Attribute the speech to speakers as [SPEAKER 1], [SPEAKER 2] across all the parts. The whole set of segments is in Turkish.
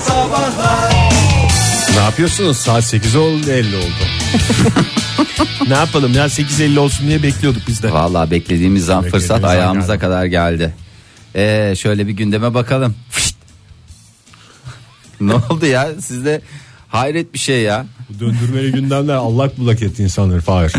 [SPEAKER 1] Sabahlar
[SPEAKER 2] Ne yapıyorsunuz? Saat 8 oldu 50 oldu.
[SPEAKER 3] Ne yapalım ya 8.50 olsun diye bekliyorduk biz de.
[SPEAKER 4] Vallahi beklediğimiz zaman
[SPEAKER 2] Beklediğimiz
[SPEAKER 4] fırsat
[SPEAKER 2] an
[SPEAKER 4] ayağımıza
[SPEAKER 2] geldi.
[SPEAKER 4] kadar geldi. Ee, şöyle bir gündeme bakalım. Fışt. ne oldu ya sizde hayret bir şey ya.
[SPEAKER 2] Bu döndürmeli gündemler allak bullak etti insanları Fahir.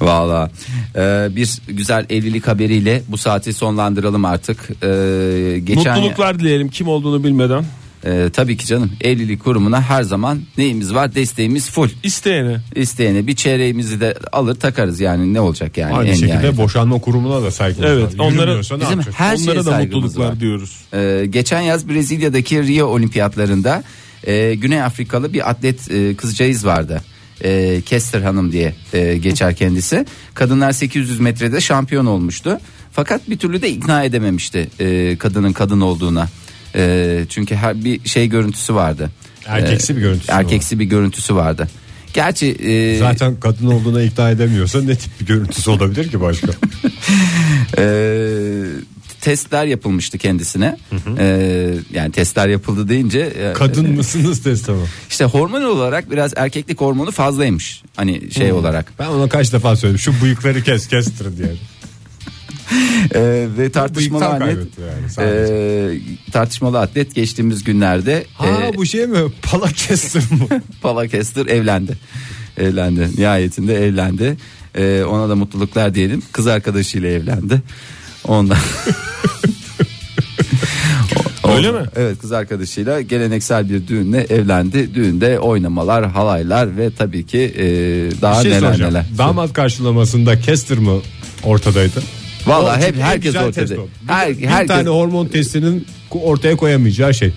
[SPEAKER 4] Valla ee, bir güzel evlilik haberiyle bu saati sonlandıralım artık. Ee, geçen
[SPEAKER 3] Mutluluklar dileyelim kim olduğunu bilmeden.
[SPEAKER 4] Ee, tabii ki canım evlilik kurumuna her zaman neyimiz var desteğimiz full.
[SPEAKER 3] İsteyene.
[SPEAKER 4] İsteyene bir çeyreğimizi de alır takarız yani ne olacak yani.
[SPEAKER 2] Aynı
[SPEAKER 4] en
[SPEAKER 2] şekilde
[SPEAKER 4] nihayet.
[SPEAKER 2] boşanma kurumuna da saygı
[SPEAKER 3] Evet, onlara-
[SPEAKER 4] Bizim
[SPEAKER 2] onlara...
[SPEAKER 4] her şeye
[SPEAKER 3] Onlara da
[SPEAKER 4] saygımız
[SPEAKER 3] mutluluklar
[SPEAKER 4] var.
[SPEAKER 3] diyoruz.
[SPEAKER 4] Ee, geçen yaz Brezilya'daki Rio Olimpiyatlarında e, Güney Afrikalı bir atlet e, kızcağız vardı. E, Kester Hanım diye e, geçer kendisi. Kadınlar 800 metrede şampiyon olmuştu. Fakat bir türlü de ikna edememişti e, kadının kadın olduğuna. E, çünkü her bir şey görüntüsü vardı.
[SPEAKER 2] Erkeksi bir görüntüsü
[SPEAKER 4] Erkeksi bir görüntüsü vardı. Gerçi e,
[SPEAKER 2] Zaten kadın olduğuna ikna edemiyorsa ne tip bir görüntüsü olabilir ki başka?
[SPEAKER 4] Ee, testler yapılmıştı kendisine. Ee, yani testler yapıldı deyince e,
[SPEAKER 2] Kadın mısınız testi mi?
[SPEAKER 4] işte hormon olarak biraz erkeklik hormonu fazlaymış. Hani şey olarak.
[SPEAKER 2] Ben ona kaç defa söyledim. Şu bıyıkları kes kestir diye.
[SPEAKER 4] Ee, ve tartışmalı
[SPEAKER 2] Bıyıktan
[SPEAKER 4] atlet
[SPEAKER 2] kaybetti yani sadece.
[SPEAKER 4] ee, tartışmalı atlet geçtiğimiz günlerde
[SPEAKER 2] ha
[SPEAKER 4] ee,
[SPEAKER 2] bu şey mi? Pala kestir mi?
[SPEAKER 4] Palakester evlendi. Evlendi. Nihayetinde evlendi. Ee, ona da mutluluklar diyelim. Kız arkadaşıyla evlendi. Ondan. O-
[SPEAKER 3] Öyle
[SPEAKER 4] o-
[SPEAKER 3] mi?
[SPEAKER 4] Evet kız arkadaşıyla geleneksel bir düğünle evlendi. Düğünde oynamalar, halaylar ve tabii ki ee, daha
[SPEAKER 2] Bir şey
[SPEAKER 4] neler
[SPEAKER 2] soracağım.
[SPEAKER 4] neler.
[SPEAKER 2] Damat karşılamasında kestir mi ortadaydı?
[SPEAKER 4] Vallahi hep
[SPEAKER 2] Çünkü en
[SPEAKER 4] herkes
[SPEAKER 2] güzel test
[SPEAKER 4] ortada.
[SPEAKER 2] o. Bir-
[SPEAKER 4] Her,
[SPEAKER 2] bir
[SPEAKER 4] herkes
[SPEAKER 2] tane hormon testinin ortaya koyamayacağı şey.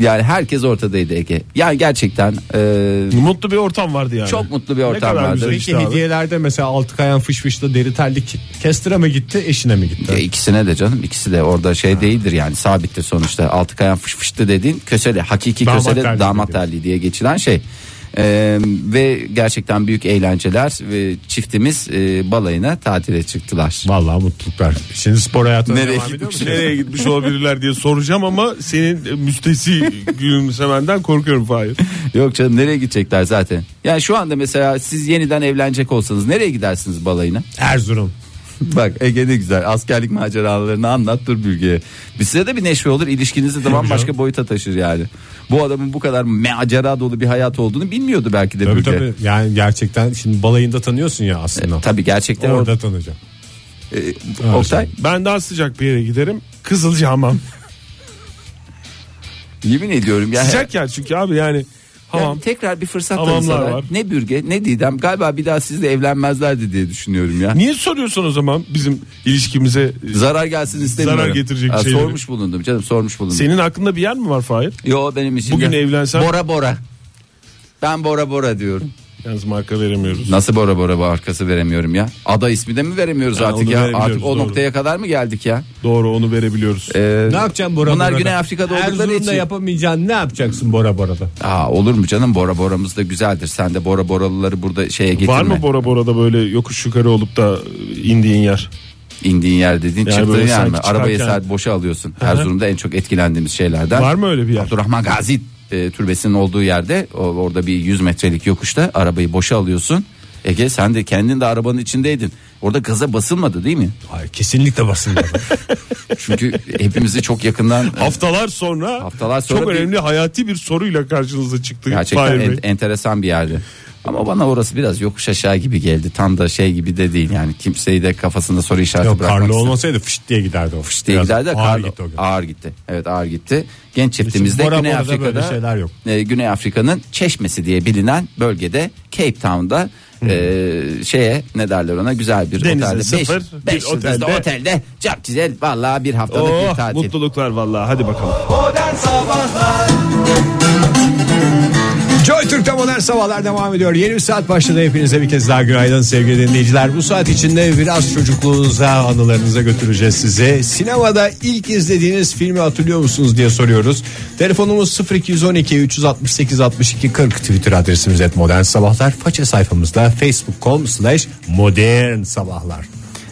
[SPEAKER 4] yani herkes ortadaydı Ege. Yani gerçekten ee,
[SPEAKER 3] Mutlu bir ortam vardı yani.
[SPEAKER 4] Çok mutlu bir ortam
[SPEAKER 3] ne kadar
[SPEAKER 4] vardı.
[SPEAKER 3] Güzel
[SPEAKER 2] Peki
[SPEAKER 3] işte abi.
[SPEAKER 2] hediyelerde mesela altı kayan fışfışlı deri terlik kestire mi gitti eşine mi gitti?
[SPEAKER 4] Ya ikisine de canım ikisi de orada şey değildir yani sabittir sonuçta altı kayan fış fıştı dediğin kösele hakiki
[SPEAKER 2] Damat
[SPEAKER 4] kösele
[SPEAKER 2] terliği
[SPEAKER 4] damat
[SPEAKER 2] dediğimiz.
[SPEAKER 4] terliği diye geçilen şey. Ee, ve gerçekten büyük eğlenceler ve çiftimiz e, balayına tatile çıktılar.
[SPEAKER 2] Vallahi mutluluklar. Şimdi spor hayatına
[SPEAKER 4] Nereye
[SPEAKER 2] devam ediyor musun?
[SPEAKER 3] Nereye gitmiş olabilirler diye soracağım ama senin e, müstesi gülümsemenden korkuyorum Fahir.
[SPEAKER 4] Yok canım nereye gidecekler zaten. Yani şu anda mesela siz yeniden evlenecek olsanız nereye gidersiniz balayına?
[SPEAKER 2] Erzurum.
[SPEAKER 4] Bak Ege ne güzel askerlik maceralarını anlat dur Bilge'ye. Bir size de bir neşve olur ilişkinizi de bambaşka boyuta taşır yani. Bu adamın bu kadar macera dolu bir hayat olduğunu bilmiyordu belki de
[SPEAKER 2] Tabii
[SPEAKER 4] Bilge. E,
[SPEAKER 2] tabii. Yani gerçekten şimdi balayında tanıyorsun ya aslında.
[SPEAKER 4] Tabii gerçekten
[SPEAKER 2] Orada
[SPEAKER 4] orada.
[SPEAKER 2] tanıyacağım.
[SPEAKER 4] E, Oktay
[SPEAKER 3] Ben daha sıcak bir yere giderim. Kızılcahamam.
[SPEAKER 4] yemin ediyorum ya.
[SPEAKER 3] Sıcak yer çünkü abi yani.
[SPEAKER 4] Yani
[SPEAKER 3] Hamam.
[SPEAKER 4] tekrar bir fırsat
[SPEAKER 3] Hamamlar
[SPEAKER 4] tanısalar.
[SPEAKER 3] var.
[SPEAKER 4] Ne Bürge ne Didem galiba bir daha sizle evlenmezlerdi diye düşünüyorum ya.
[SPEAKER 3] Niye soruyorsun o zaman bizim ilişkimize?
[SPEAKER 4] Zarar gelsin istemiyorum.
[SPEAKER 3] Zarar getirecek
[SPEAKER 4] Ha,
[SPEAKER 3] şeyleri.
[SPEAKER 4] Sormuş bulundum canım sormuş bulundum.
[SPEAKER 3] Senin aklında bir yer mi var Fahir?
[SPEAKER 4] Yo benim için.
[SPEAKER 3] Bugün
[SPEAKER 4] de-
[SPEAKER 3] evlensen-
[SPEAKER 4] Bora Bora. Ben Bora Bora diyorum.
[SPEAKER 3] Yalnız marka veremiyoruz.
[SPEAKER 4] Nasıl Bora Bora bu arkası veremiyorum ya. Ada ismi de mi veremiyoruz
[SPEAKER 3] Ha,
[SPEAKER 4] artık
[SPEAKER 3] onu
[SPEAKER 4] ya?
[SPEAKER 3] veremiyoruz,
[SPEAKER 4] Artık o
[SPEAKER 3] doğru.
[SPEAKER 4] noktaya kadar mı geldik ya?
[SPEAKER 3] Doğru onu verebiliyoruz.
[SPEAKER 4] Ee,
[SPEAKER 2] Ne yapacağım Bora
[SPEAKER 4] Bunlar
[SPEAKER 2] Bora'da?
[SPEAKER 4] Güney Afrika'da oldukları
[SPEAKER 2] Erzurum'da
[SPEAKER 4] için.
[SPEAKER 2] yapamayacaksın ne yapacaksın Bora Bora'da?
[SPEAKER 4] Aa, olur mu canım Bora Bora'mız da güzeldir. Sen de Bora Boralıları burada şeye getirme.
[SPEAKER 3] Var mı Bora Bora'da böyle yokuş yukarı olup da indiğin yer?
[SPEAKER 4] İndiğin yer dediğin
[SPEAKER 3] Yani
[SPEAKER 4] çıktığın
[SPEAKER 3] böyle
[SPEAKER 4] yer mi?
[SPEAKER 3] sanki çıkarken-
[SPEAKER 4] Arabayı saat boşa alıyorsun. Erzurum'da en çok etkilendiğimiz şeylerden.
[SPEAKER 3] Var mı öyle bir yer?
[SPEAKER 4] Abdurrahman Gazi e, türbesinin olduğu yerde o- orada bir 100 metrelik yokuşta arabayı boşa alıyorsun. Ege sen de kendin de arabanın içindeydin. Orada gaza basılmadı değil mi?
[SPEAKER 2] Hayır kesinlikle basılmadı.
[SPEAKER 4] Çünkü hepimizi çok yakından e,
[SPEAKER 3] Haftalar sonra,
[SPEAKER 4] Haftalar sonra
[SPEAKER 3] çok
[SPEAKER 4] bir-
[SPEAKER 3] önemli hayati bir soruyla karşınıza çıktı
[SPEAKER 4] Gerçekten
[SPEAKER 3] Fahir Bey.
[SPEAKER 4] en- enteresan bir yerdi. Ama bana orası biraz yokuş aşağı gibi geldi. Tam da şey gibi de değil yani. Kimseyi de kafasında soru işareti
[SPEAKER 2] Yok,
[SPEAKER 4] bırakmak
[SPEAKER 2] karlı
[SPEAKER 4] istemem.
[SPEAKER 2] olmasaydı fışt diye giderdi o. Fışt
[SPEAKER 4] diye gider de
[SPEAKER 2] ağır
[SPEAKER 4] karlı-
[SPEAKER 2] gitti o gün.
[SPEAKER 4] ağır gitti. Evet ağır gitti. Genç çiftimizde
[SPEAKER 2] Bora
[SPEAKER 4] Güney
[SPEAKER 2] Bora'da böyle
[SPEAKER 4] Afrika'da
[SPEAKER 2] şeyler yok.
[SPEAKER 4] e, Güney Afrika'nın Çeşmesi diye bilinen bölgede Cape Town'da
[SPEAKER 2] Hmm.
[SPEAKER 4] e, şeye ne derler ona güzel bir
[SPEAKER 3] Denize
[SPEAKER 4] otelde
[SPEAKER 3] sıfır,
[SPEAKER 4] 5
[SPEAKER 3] bir
[SPEAKER 4] otelde,
[SPEAKER 3] otelde.
[SPEAKER 4] otelde çok güzel vallahi bir haftalık bir
[SPEAKER 3] Oh,
[SPEAKER 4] tatil.
[SPEAKER 3] mutluluklar vallahi hadi bakalım.
[SPEAKER 1] Modern Sabahlar
[SPEAKER 2] Joy Türk'te modern sabahlar devam ediyor. Yeni bir saat başladı. Hepinize bir kez daha günaydın sevgili dinleyiciler. Bu saat içinde biraz çocukluğunuza, anılarınıza götüreceğiz sizi. Sinemada ilk izlediğiniz filmi hatırlıyor musunuz diye soruyoruz. Telefonumuz 0212 368 62 40 Twitter adresimiz et modern sabahlar. Faça sayfamızda facebook.com slash modern sabahlar.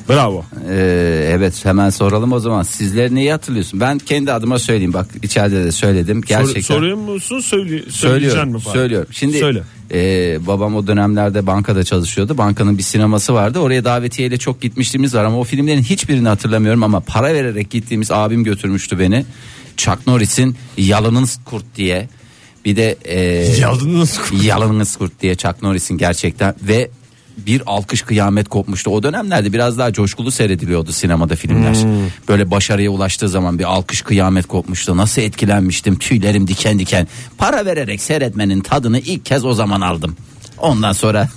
[SPEAKER 3] Bravo.
[SPEAKER 4] Ee, evet hemen soralım o zaman. Sizler neyi hatırlıyorsun? Ben kendi adıma söyleyeyim. Bak içeride de söyledim. Gerçekten.
[SPEAKER 3] Sor, soruyor musun? Söyle, söyleyeceksin
[SPEAKER 4] Söylüyorum,
[SPEAKER 3] mi? falan?
[SPEAKER 4] söylüyorum. Şimdi
[SPEAKER 3] Söyle.
[SPEAKER 4] e, babam o dönemlerde bankada çalışıyordu. Bankanın bir sineması vardı. Oraya davetiyeyle çok gitmişliğimiz var ama o filmlerin hiçbirini hatırlamıyorum ama para vererek gittiğimiz abim götürmüştü beni. Chuck Norris'in Yalının Kurt diye. Bir de e,
[SPEAKER 2] Yalnız
[SPEAKER 4] Yalınız Kurt diye Chuck Norris'in gerçekten ve bir alkış kıyamet kopmuştu. O dönemlerde biraz daha coşkulu seyrediliyordu sinemada filmler.
[SPEAKER 3] Hmm.
[SPEAKER 4] Böyle başarıya ulaştığı zaman bir alkış kıyamet kopmuştu. Nasıl etkilenmiştim tüylerim diken diken. Para vererek seyretmenin tadını ilk kez o zaman aldım. Ondan sonra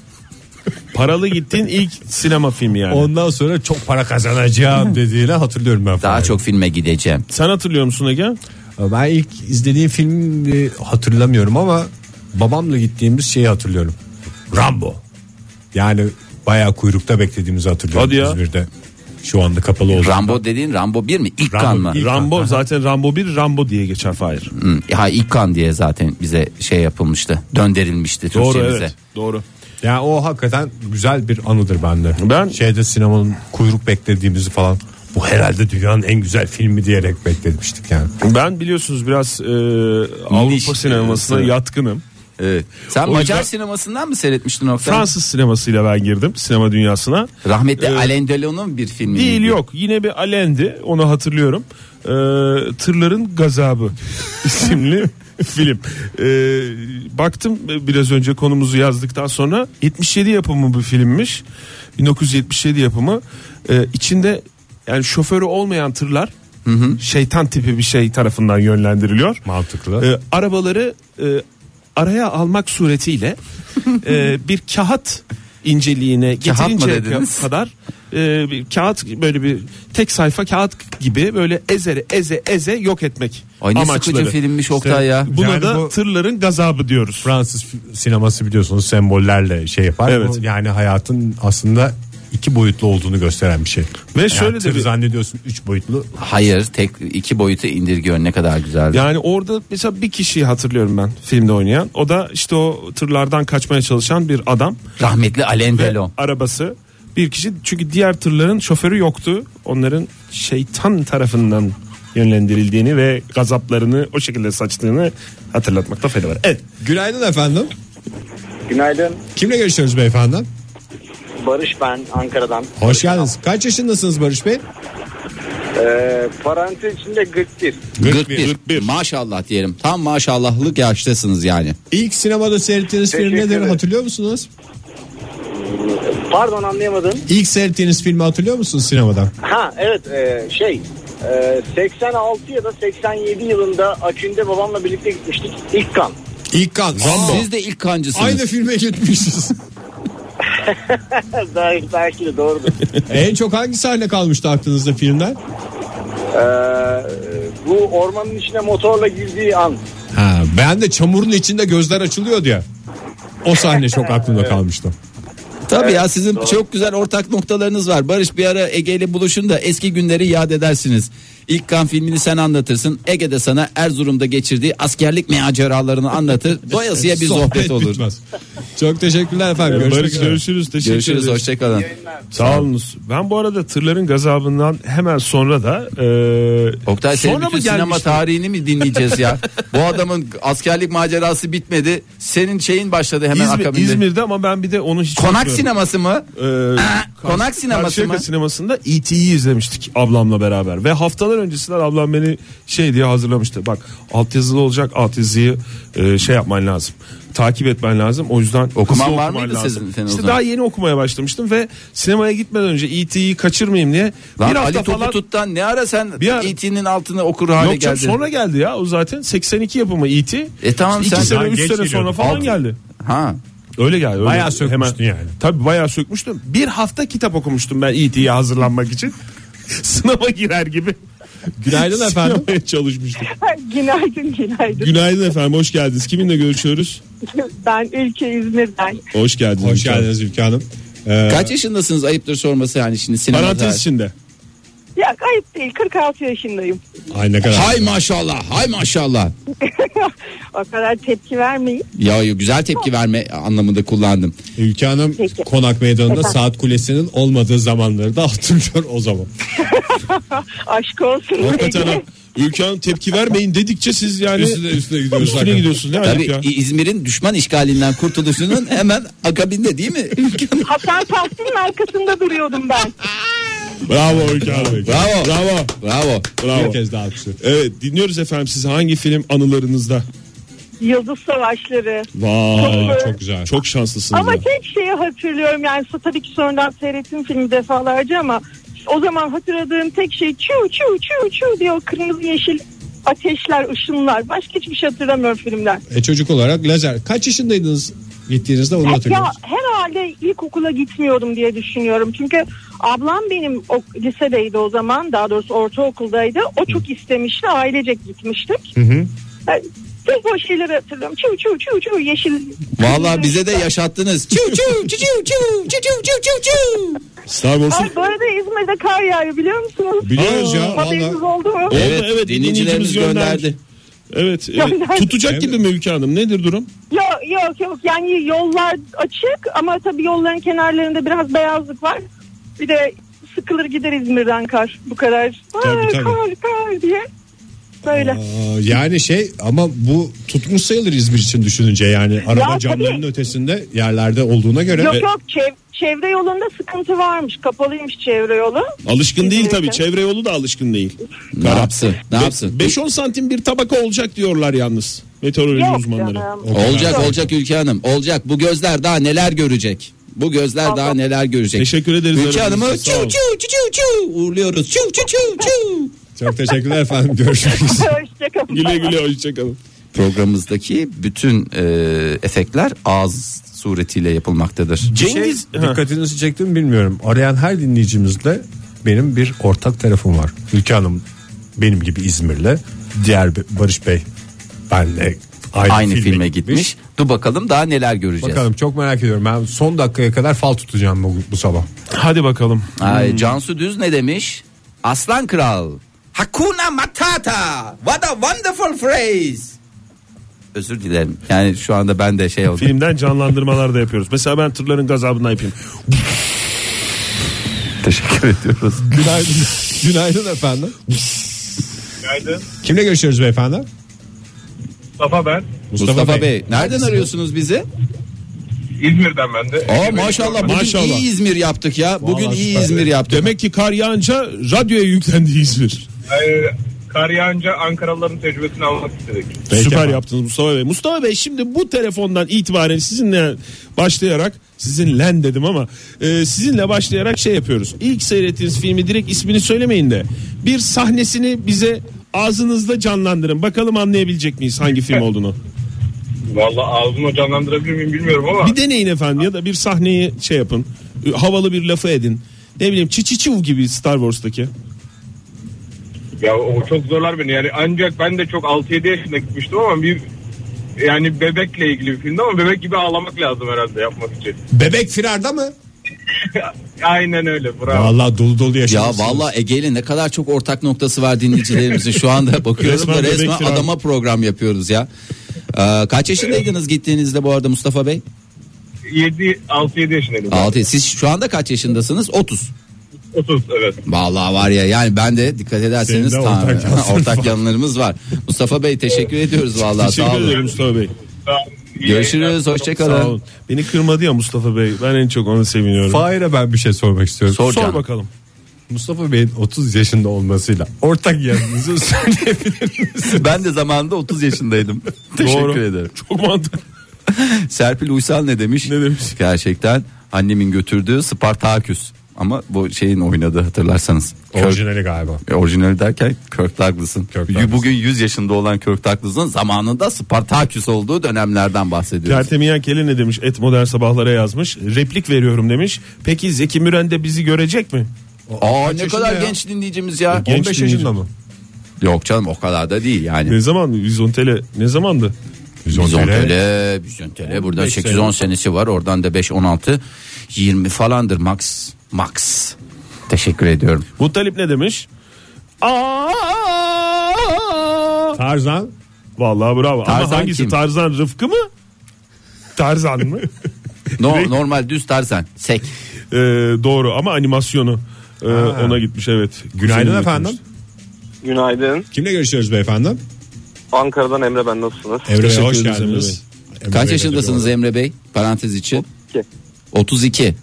[SPEAKER 3] Paralı gittiğin ilk sinema filmi yani.
[SPEAKER 2] Ondan sonra çok para kazanacağım dediğini hatırlıyorum ben.
[SPEAKER 4] daha
[SPEAKER 2] Fahir.
[SPEAKER 4] çok filme gideceğim.
[SPEAKER 3] Sen hatırlıyor musun Ege?
[SPEAKER 2] Ben ilk izlediğim filmi e, hatırlamıyorum ama babamla gittiğimiz şeyi hatırlıyorum. Rambo. Yani bayağı kuyrukta beklediğimizi hatırlıyorum
[SPEAKER 3] Hadi ya.
[SPEAKER 2] İzmir'de. Şu anda kapalı oldu.
[SPEAKER 4] Rambo dediğin Rambo 1 mi? İlk
[SPEAKER 2] Rambo
[SPEAKER 4] kan mı?
[SPEAKER 2] ilk.
[SPEAKER 3] Rambo zaten Rambo 1 Rambo diye geçer Fahir.
[SPEAKER 4] Hı, Ha ilk kan diye zaten bize şey yapılmıştı. Döndürülmüştü
[SPEAKER 3] Doğru
[SPEAKER 4] Türkçemize.
[SPEAKER 3] evet. Doğru.
[SPEAKER 2] Yani o hakikaten güzel bir anıdır bende.
[SPEAKER 3] Ben-
[SPEAKER 2] şeyde sinemanın kuyruk beklediğimizi falan bu herhalde dünyanın en güzel filmi diyerek beklemiştik yani.
[SPEAKER 3] Ben biliyorsunuz biraz e, Avrupa
[SPEAKER 4] Niş,
[SPEAKER 3] sinemasına
[SPEAKER 4] evet.
[SPEAKER 3] yatkınım.
[SPEAKER 4] Evet. Sen
[SPEAKER 3] O
[SPEAKER 4] Macar
[SPEAKER 3] yüzden-
[SPEAKER 4] sinemasından mı seyretmiştin Oktay?
[SPEAKER 3] Fransız sinemasıyla ben girdim sinema dünyasına.
[SPEAKER 4] Rahmetli
[SPEAKER 3] Ee,
[SPEAKER 4] Alain Delon'un bir filmi.
[SPEAKER 3] Değil
[SPEAKER 4] miydi?
[SPEAKER 3] yok yine bir Alendi onu hatırlıyorum. Ee, Tırların Gazabı isimli film. Ee, baktım biraz önce konumuzu yazdıktan sonra 77 yapımı bir filmmiş. 1977 yapımı. Ee, içinde yani şoförü olmayan tırlar şeytan tipi bir şey tarafından yönlendiriliyor.
[SPEAKER 2] Mantıklı.
[SPEAKER 3] Ee, arabaları e, araya almak suretiyle e, bir kağıt inceliğine
[SPEAKER 4] Kağıt mı
[SPEAKER 3] getirinceye
[SPEAKER 4] dediniz?
[SPEAKER 3] kadar e, bir kağıt böyle bir tek sayfa kağıt gibi böyle ezere eze eze yok etmek
[SPEAKER 4] Ay ne
[SPEAKER 3] amaçları.
[SPEAKER 4] sıkıcı filmmiş Oktay
[SPEAKER 2] İşte-
[SPEAKER 4] ya.
[SPEAKER 3] Buna
[SPEAKER 2] Yani
[SPEAKER 3] da
[SPEAKER 2] bu-
[SPEAKER 3] tırların gazabı diyoruz.
[SPEAKER 2] Fransız fi- sineması biliyorsunuz sembollerle şey yapar.
[SPEAKER 3] Evet.
[SPEAKER 2] O Yani hayatın aslında iki boyutlu olduğunu gösteren bir şey.
[SPEAKER 3] Ve
[SPEAKER 2] Yani
[SPEAKER 3] şöyle de
[SPEAKER 2] tır
[SPEAKER 3] bir-
[SPEAKER 2] zannediyorsun üç boyutlu.
[SPEAKER 4] Hayır tek iki boyutu indirgiyor ne kadar güzeldi.
[SPEAKER 3] Yani orada mesela bir kişiyi hatırlıyorum ben filmde oynayan. O da işte o tırlardan kaçmaya çalışan bir adam.
[SPEAKER 4] Rahmetli Alain
[SPEAKER 3] ve
[SPEAKER 4] Delon.
[SPEAKER 3] arabası bir kişi çünkü diğer tırların şoförü yoktu. Onların şeytan tarafından yönlendirildiğini ve gazaplarını o şekilde saçtığını hatırlatmakta fayda var. Evet.
[SPEAKER 2] Günaydın efendim.
[SPEAKER 5] Günaydın.
[SPEAKER 2] Kimle görüşüyoruz beyefendi?
[SPEAKER 5] Barış ben Ankara'dan.
[SPEAKER 2] Hoş geldiniz. Kaç yaşındasınız Barış Bey?
[SPEAKER 5] Ee, parantez içinde 41.
[SPEAKER 4] Gırk bir. Maşallah diyelim. Tam maşallahlık yaştasınız yani.
[SPEAKER 2] İlk sinemada seyrettiğiniz film
[SPEAKER 5] Teşekkür
[SPEAKER 2] nedir
[SPEAKER 5] ederim.
[SPEAKER 2] hatırlıyor musunuz?
[SPEAKER 5] Pardon anlayamadım.
[SPEAKER 2] İlk seyrettiğiniz filmi hatırlıyor musunuz sinemadan?
[SPEAKER 5] Ha evet e, şey e, 86 ya da 87 yılında Akün'de babamla birlikte gitmiştik. İlk kan.
[SPEAKER 2] İlk kan. Rambo.
[SPEAKER 4] Siz de ilk kancısınız.
[SPEAKER 2] Aynı filme gitmişiz.
[SPEAKER 5] belki, belki de doğrudur.
[SPEAKER 2] en çok hangi sahne kalmıştı aklınızda filmden?
[SPEAKER 5] Ee, bu ormanın içine motorla girdiği an.
[SPEAKER 2] Ha, ben de çamurun içinde gözler açılıyordu ya. O sahne çok aklımda kalmıştı.
[SPEAKER 4] Tabii ya sizin çok güzel ortak noktalarınız var. Barış bir ara Ege ile buluşun da eski günleri yad edersiniz. İlk kan filmini sen anlatırsın. Ege de sana Erzurum'da geçirdiği askerlik maceralarını anlatır. Doyasıya bir sohbet olur.
[SPEAKER 2] bitmez. Çok teşekkürler efendim. Görüşmek
[SPEAKER 3] Barış
[SPEAKER 2] üzere.
[SPEAKER 3] görüşürüz. Teşekkür
[SPEAKER 4] Görüşürüz
[SPEAKER 3] ederiz.
[SPEAKER 4] hoşçakalın.
[SPEAKER 3] Sağ olunuz. Ben bu arada tırların gazabından hemen sonra da e,
[SPEAKER 4] Oktay senin
[SPEAKER 3] sonra
[SPEAKER 4] bütün
[SPEAKER 3] mı
[SPEAKER 4] sinema
[SPEAKER 3] gelmişti?
[SPEAKER 4] tarihini mi dinleyeceğiz ya? Bu adamın askerlik macerası bitmedi. Senin şeyin başladı hemen
[SPEAKER 3] İzmir-
[SPEAKER 4] akabinde.
[SPEAKER 3] İzmir'de ama ben bir de onu hiç
[SPEAKER 4] Konak
[SPEAKER 3] unutmuyorum.
[SPEAKER 4] sineması mı? Konak sineması mı?
[SPEAKER 3] Ee, Karşıyaka sinemasında E.T.'yi izlemiştik ablamla beraber. Ve haftalar öncesinden ablam beni şey diye hazırlamıştı. Bak altyazılı olacak altyazıyı e, şey yapman lazım. Takip etmen lazım. O yüzden
[SPEAKER 4] Okuman
[SPEAKER 3] hızlı
[SPEAKER 4] var
[SPEAKER 3] okuman
[SPEAKER 4] mıydı
[SPEAKER 3] lazım.
[SPEAKER 4] sizin- senin o
[SPEAKER 3] İşte
[SPEAKER 4] zaman?
[SPEAKER 3] daha yeni okumaya başlamıştım ve sinemaya gitmeden önce E.T.'yi kaçırmayayım diye
[SPEAKER 4] Lan
[SPEAKER 3] bir hafta
[SPEAKER 4] Ali
[SPEAKER 3] falan
[SPEAKER 4] Toputut'tan ne ara sen
[SPEAKER 3] Bir ara-
[SPEAKER 4] E.T.'nin altını okur hale
[SPEAKER 3] Yok canım,
[SPEAKER 4] geldin?
[SPEAKER 3] sonra geldi ya o zaten 82 yapımı E.T.
[SPEAKER 4] E tamam
[SPEAKER 3] İki
[SPEAKER 4] sen
[SPEAKER 3] sene
[SPEAKER 2] Daha
[SPEAKER 3] 3
[SPEAKER 2] geç
[SPEAKER 3] sene sonra
[SPEAKER 2] geliyordun.
[SPEAKER 3] falan
[SPEAKER 2] Altı.
[SPEAKER 3] geldi.
[SPEAKER 4] ha
[SPEAKER 3] Öyle geldi. Öyle.
[SPEAKER 2] Bayağı sökmüştün yani.
[SPEAKER 3] Tabii bayağı sökmüştüm. Bir hafta kitap okumuştum ben E.T.'ye hazırlanmak için. Sınava girer gibi.
[SPEAKER 2] Günaydın efendim.
[SPEAKER 3] Sinemaya çalışmıştım.
[SPEAKER 6] günaydın günaydın.
[SPEAKER 3] Günaydın efendim hoş geldiniz. Kiminle görüşüyoruz?
[SPEAKER 6] ben ülke İzmir'den.
[SPEAKER 3] Hoş geldiniz.
[SPEAKER 2] Hoş geldiniz Ülke Hanım. Ee,
[SPEAKER 4] kaç yaşındasınız ayıptır sorması yani şimdi sinema
[SPEAKER 3] Parantez
[SPEAKER 4] tarihi.
[SPEAKER 3] içinde.
[SPEAKER 6] Ya kayıp değil 46 yaşındayım.
[SPEAKER 2] ay ne kadar.
[SPEAKER 4] Hay maşallah hay maşallah.
[SPEAKER 6] O kadar tepki vermeyin.
[SPEAKER 4] Ya ya, güzel tepki verme anlamında kullandım.
[SPEAKER 2] Ülke Hanım
[SPEAKER 6] Peki.
[SPEAKER 2] konak meydanında
[SPEAKER 6] Efendim?
[SPEAKER 2] saat kulesinin olmadığı zamanları da hatırlıyor o zaman.
[SPEAKER 6] Aşk olsun.
[SPEAKER 3] Hakikaten ha.
[SPEAKER 6] Ege.
[SPEAKER 3] Ülke Hanım tepki vermeyin dedikçe siz yani
[SPEAKER 2] Üstüne üstüne gidiyoruz.
[SPEAKER 3] üstüne
[SPEAKER 2] hakikaten.
[SPEAKER 3] gidiyorsunuz. Ne
[SPEAKER 4] Tabii
[SPEAKER 3] acayip ya.
[SPEAKER 4] İ- İzmir'in düşman işgalinden kurtuluşunun hemen akabinde değil mi? Ülkem-
[SPEAKER 6] Hasan Tahsin'in arkasında duruyordum ben.
[SPEAKER 3] Bravo Ülke Hanım.
[SPEAKER 4] Bravo.
[SPEAKER 3] Bravo.
[SPEAKER 4] Bravo.
[SPEAKER 2] Bir
[SPEAKER 3] Bravo.
[SPEAKER 2] kez daha alkışlıyor.
[SPEAKER 3] Evet dinliyoruz efendim siz hangi film anılarınızda?
[SPEAKER 6] Yıldız Savaşları.
[SPEAKER 3] Vay
[SPEAKER 6] Çok-
[SPEAKER 3] çok,
[SPEAKER 2] Çok güzel.
[SPEAKER 3] çok şanslısınız.
[SPEAKER 6] Ama
[SPEAKER 3] ya.
[SPEAKER 6] tek şeyi hatırlıyorum yani so- tabii ki sonradan seyrettim filmi defalarca ama o zaman hatırladığım tek şey çu çu çu çu diyor kırmızı yeşil ateşler ışınlar başka hiçbir şey hatırlamıyorum filmden.
[SPEAKER 2] E çocuk olarak lazer. Kaç yaşındaydınız gittiğinizde onu
[SPEAKER 6] Ya
[SPEAKER 2] hatırlıyorsunuz.
[SPEAKER 6] herhalde ilkokula gitmiyordum diye düşünüyorum çünkü ablam benim o, lisedeydi o zaman daha doğrusu ortaokuldaydı o çok istemişti ailecek gitmiştik. Ben tek o şeyleri hatırlıyorum çu çu çu çu yeşil.
[SPEAKER 4] Vallahi bize de yaşattınız. Çiu çiu çiu çiu çiu çiu çiu çiu çiu çiu.
[SPEAKER 3] Star Wars'un
[SPEAKER 6] Ay bu arada İzmir'de kar yağıyor biliyor musunuz?
[SPEAKER 2] Biliyoruz ya valla.
[SPEAKER 6] Haberiniz oldu mu?
[SPEAKER 4] Evet,
[SPEAKER 3] evet, dinleyicimiz
[SPEAKER 4] dinleyicilerimiz
[SPEAKER 3] gönderdi.
[SPEAKER 4] gönderdi.
[SPEAKER 3] evet, e,
[SPEAKER 6] Gönderdi.
[SPEAKER 3] tutacak
[SPEAKER 2] Evet.
[SPEAKER 3] gibi mi Ülke Hanım? Nedir durum?
[SPEAKER 6] Yok yok yok yani yollar açık ama tabii yolların kenarlarında biraz beyazlık var. Bir de sıkılır gider İzmir'den kar bu kadar. Aa,
[SPEAKER 2] Tabii, tabii.
[SPEAKER 6] Kar kar diye. Böyle.
[SPEAKER 2] Aa, Yani şey ama bu tutmuş sayılır İzmir için düşününce yani araba
[SPEAKER 6] tabii.
[SPEAKER 2] camlarının ötesinde yerlerde olduğuna göre
[SPEAKER 6] yok
[SPEAKER 2] E,
[SPEAKER 6] yok çev- çevre yolunda sıkıntı varmış. Kapalıymış çevre yolu.
[SPEAKER 3] Alışkın değil
[SPEAKER 6] Evet,
[SPEAKER 3] tabii.
[SPEAKER 6] evet.
[SPEAKER 3] Çevre yolu da alışkın değil.
[SPEAKER 4] Ne yapsın? Ne yapsın?
[SPEAKER 3] 5-10 santim bir tabaka olacak diyorlar yalnız. Meteoroloji
[SPEAKER 6] Yok
[SPEAKER 3] uzmanları.
[SPEAKER 6] canım.
[SPEAKER 2] O kadar.
[SPEAKER 4] Olacak olacak Ülke Hanım. Olacak. Bu gözler daha neler görecek? Bu gözler daha neler görecek?
[SPEAKER 3] Teşekkür ederiz
[SPEAKER 4] Ülke
[SPEAKER 3] aranızda,
[SPEAKER 4] Hanım'ı
[SPEAKER 3] sağ
[SPEAKER 4] çiu
[SPEAKER 3] olun.
[SPEAKER 4] çiu çiu çiu çiu uğurluyoruz. Çiu çiu çiu çiu.
[SPEAKER 2] Çok teşekkürler efendim görüşmek üzere.
[SPEAKER 6] Hoşçakalın.
[SPEAKER 3] Güle güle hoşçakalın.
[SPEAKER 4] Programımızdaki bütün e, efektler ağız suretiyle yapılmaktadır.
[SPEAKER 3] Cengiz
[SPEAKER 2] şey, dikkatinizi çekti mi bilmiyorum. Arayan her dinleyicimizle benim bir ortak telefon var. Ülke Hanım benim gibi İzmir'le. Diğer bir- Barış Bey benle aynı,
[SPEAKER 4] Aynı
[SPEAKER 2] filme,
[SPEAKER 4] filme
[SPEAKER 2] gitmiş.
[SPEAKER 4] gitmiş. Dur bakalım daha neler göreceğiz.
[SPEAKER 2] Bakalım çok merak ediyorum. Ben son dakikaya kadar fal tutacağım bu, bu sabah.
[SPEAKER 3] Hadi bakalım.
[SPEAKER 4] Ay, Cansu Düz ne demiş? Aslan Kral. Hakuna Matata. What a wonderful phrase. Özür dilerim. Yani şu anda ben de şey oldum.
[SPEAKER 3] Filmden canlandırmalar da yapıyoruz. Mesela ben tırların gazabını yapayım.
[SPEAKER 4] Teşekkür ediyoruz.
[SPEAKER 2] Günaydın. Günaydın efendim.
[SPEAKER 7] Günaydın.
[SPEAKER 2] Kimle görüşüyoruz beyefendi?
[SPEAKER 7] Mustafa ben.
[SPEAKER 4] Mustafa, Bey. nereden arıyorsunuz bizi?
[SPEAKER 7] İzmir'den ben de.
[SPEAKER 4] Aa
[SPEAKER 7] Ege'deyim.
[SPEAKER 4] maşallah bugün
[SPEAKER 3] Maşallah.
[SPEAKER 4] iyi İzmir yaptık ya. Bugün
[SPEAKER 2] Vallahi
[SPEAKER 4] iyi
[SPEAKER 2] süper.
[SPEAKER 4] İzmir yaptık.
[SPEAKER 3] Demek ki kar yağınca radyoya yüklendi İzmir.
[SPEAKER 7] Ee, kar yağınca Ankaralıların tecrübesini almak istedik.
[SPEAKER 3] Süper yaptınız Mustafa Bey. Mustafa Bey şimdi bu telefondan itibaren sizinle başlayarak sizinle dedim ama e, sizinle başlayarak şey yapıyoruz. İlk seyrettiğiniz filmi direkt ismini söylemeyin de bir sahnesini bize ağzınızda canlandırın. Bakalım anlayabilecek miyiz hangi film olduğunu.
[SPEAKER 7] Valla ağzımı canlandırabilir miyim bilmiyorum ama.
[SPEAKER 3] Bir deneyin efendim ya da bir sahneyi şey yapın. E, Havalı bir lafı edin. Ne bileyim çiçiçiv gibi Star Wars'taki.
[SPEAKER 7] Ya o çok zorlar beni yani ancak ben de çok 6-7 yaşında gitmiştim ama bir yani bebekle ilgili bir filmdi ama bebek gibi ağlamak lazım herhalde yapmak için.
[SPEAKER 2] Bebek firarda mı?
[SPEAKER 7] Aynen öyle bravo.
[SPEAKER 2] Vallahi dolu dolu
[SPEAKER 4] Ya
[SPEAKER 2] yaşamışsınız.
[SPEAKER 4] valla Ege'yle ne kadar çok ortak noktası var dinleyicilerimizin. Şu anda bakıyorum da
[SPEAKER 3] Resmen bebek
[SPEAKER 4] resmen
[SPEAKER 3] filan.
[SPEAKER 4] adama program yapıyoruz ya. Ee, kaç yaşındaydınız gittiğinizde bu arada Mustafa Bey?
[SPEAKER 7] 7 6-7 yaşındaydım.
[SPEAKER 4] 6. Siz şu anda kaç yaşındasınız? 30.
[SPEAKER 7] 30 evet.
[SPEAKER 4] Vallahi var ya yani ben de dikkat ederseniz
[SPEAKER 2] Senin de
[SPEAKER 4] tam-
[SPEAKER 2] ortak yanların
[SPEAKER 4] ortak yanlarımız var. Mustafa Bey teşekkür ediyoruz vallahi sağ
[SPEAKER 3] Teşekkür ederim
[SPEAKER 4] olun.
[SPEAKER 3] Mustafa Bey.
[SPEAKER 7] Tamam, iyi
[SPEAKER 4] Görüşürüz
[SPEAKER 7] yayınlar.
[SPEAKER 3] Sağ
[SPEAKER 4] hoşçakalın.
[SPEAKER 3] olun. Beni kırmadı ya Mustafa Bey. Ben en çok onu seviniyorum.
[SPEAKER 2] Fahir'e ben bir şey sormak istiyorum.
[SPEAKER 4] Sor
[SPEAKER 3] Sor
[SPEAKER 4] canım.
[SPEAKER 3] bakalım.
[SPEAKER 2] Mustafa Bey'in 30 yaşında olmasıyla ortak yanınızı söyleyebilir misiniz?
[SPEAKER 4] Ben de zamanında 30 yaşındaydım. teşekkür
[SPEAKER 3] Doğru.
[SPEAKER 4] ederim.
[SPEAKER 3] Çok mantıklı.
[SPEAKER 4] Serpil Uysal ne demiş?
[SPEAKER 3] Ne demiş?
[SPEAKER 4] Gerçekten annemin götürdüğü Spartaküs. Ama bu şeyin oynadığı hatırlarsanız. Kör-
[SPEAKER 2] Orijinali galiba.
[SPEAKER 4] E, orijinali derken Kirk Douglas'ın.
[SPEAKER 2] Kirk Douglas.
[SPEAKER 4] Bugün 100 yaşında olan Kirk Douglas'ın zamanında Spartaküs olduğu dönemlerden bahsediyoruz.
[SPEAKER 3] Tertemiyen Kele ne demiş? Et modern sabahlara yazmış. Replik veriyorum demiş. Peki Zeki Müren de bizi görecek mi?
[SPEAKER 4] Aa
[SPEAKER 2] Kaç
[SPEAKER 4] ne
[SPEAKER 2] yaşında
[SPEAKER 4] kadar
[SPEAKER 2] ya?
[SPEAKER 4] genç dinleyicimiz ya.
[SPEAKER 3] E, Genç
[SPEAKER 2] 15 yaşında mı?
[SPEAKER 4] Yok canım o kadar da değil yani.
[SPEAKER 3] Ne zaman? Vizontele ne zamandı?
[SPEAKER 4] Bizontele, Bizontele burada
[SPEAKER 2] 15 sene.
[SPEAKER 4] 8-10 senesi var. Oradan da 5 16 20 falandır max. Max. Teşekkür ediyorum.
[SPEAKER 3] Bu talip ne demiş? Aa!
[SPEAKER 2] Tarzan
[SPEAKER 3] Vallahi bravo.
[SPEAKER 4] Tarzan
[SPEAKER 3] Ama hangisi
[SPEAKER 4] kim?
[SPEAKER 3] Tarzan Rıfkı mı? Tarzan mı?
[SPEAKER 4] No- normal düz tarzan. Sek.
[SPEAKER 3] Ee, doğru ama animasyonu e, ona gitmiş evet.
[SPEAKER 2] Günaydın
[SPEAKER 3] Kuzenine
[SPEAKER 2] efendim.
[SPEAKER 3] gitmiş.
[SPEAKER 8] Günaydın.
[SPEAKER 2] Kimle görüşüyoruz beyefendi?
[SPEAKER 8] Ankara'dan Emre ben nasılsınız?
[SPEAKER 2] Emre Bey
[SPEAKER 3] Teşekkür
[SPEAKER 2] hoş
[SPEAKER 3] ederiz Emre
[SPEAKER 2] geldiniz. Emre
[SPEAKER 4] Kaç
[SPEAKER 2] Bey
[SPEAKER 4] yaşındasınız
[SPEAKER 2] şey
[SPEAKER 4] Emre Bey? Parantez için.
[SPEAKER 8] 32.
[SPEAKER 4] 32.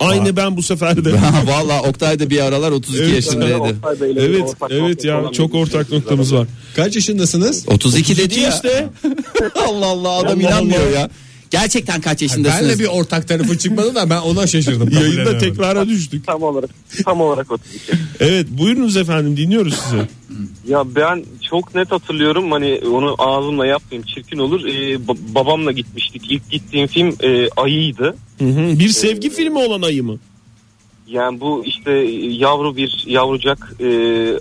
[SPEAKER 3] Aynı ben bu sefer de.
[SPEAKER 4] Valla Oktay da bir aralar 32
[SPEAKER 3] Evet,
[SPEAKER 4] yaşındaydı.
[SPEAKER 8] Oktay Bey'le bir
[SPEAKER 3] evet
[SPEAKER 8] ortak
[SPEAKER 3] evet
[SPEAKER 8] noktamız
[SPEAKER 3] ya
[SPEAKER 8] olan
[SPEAKER 3] çok
[SPEAKER 8] bir- şey.
[SPEAKER 3] ortak noktamız var.
[SPEAKER 2] 32. Kaç yaşındasınız?
[SPEAKER 4] 32 dedi
[SPEAKER 3] Ciddi
[SPEAKER 4] ya.
[SPEAKER 3] işte.
[SPEAKER 4] Allah Allah adam
[SPEAKER 3] Allah
[SPEAKER 4] inanmıyor
[SPEAKER 3] Allah.
[SPEAKER 4] ya. Gerçekten kaç yaşındasınız?
[SPEAKER 2] Benle bir ortak tarafı çıkmadı da ben ona şaşırdım. Kabul
[SPEAKER 3] Yayında
[SPEAKER 2] edemedim.
[SPEAKER 3] tekrara düştük.
[SPEAKER 8] Tam olarak tam olarak 32.
[SPEAKER 3] Evet buyurunuz efendim dinliyoruz sizi.
[SPEAKER 8] ya ben çok net hatırlıyorum hani onu ağzımla yapmayayım çirkin olur. Ee, ba- babamla gitmiştik. İlk gittiğim film e, Ayı'ydı.
[SPEAKER 3] Bir sevgi filmi olan ayı mı?
[SPEAKER 8] Yani bu işte e, yavru bir yavrucak e,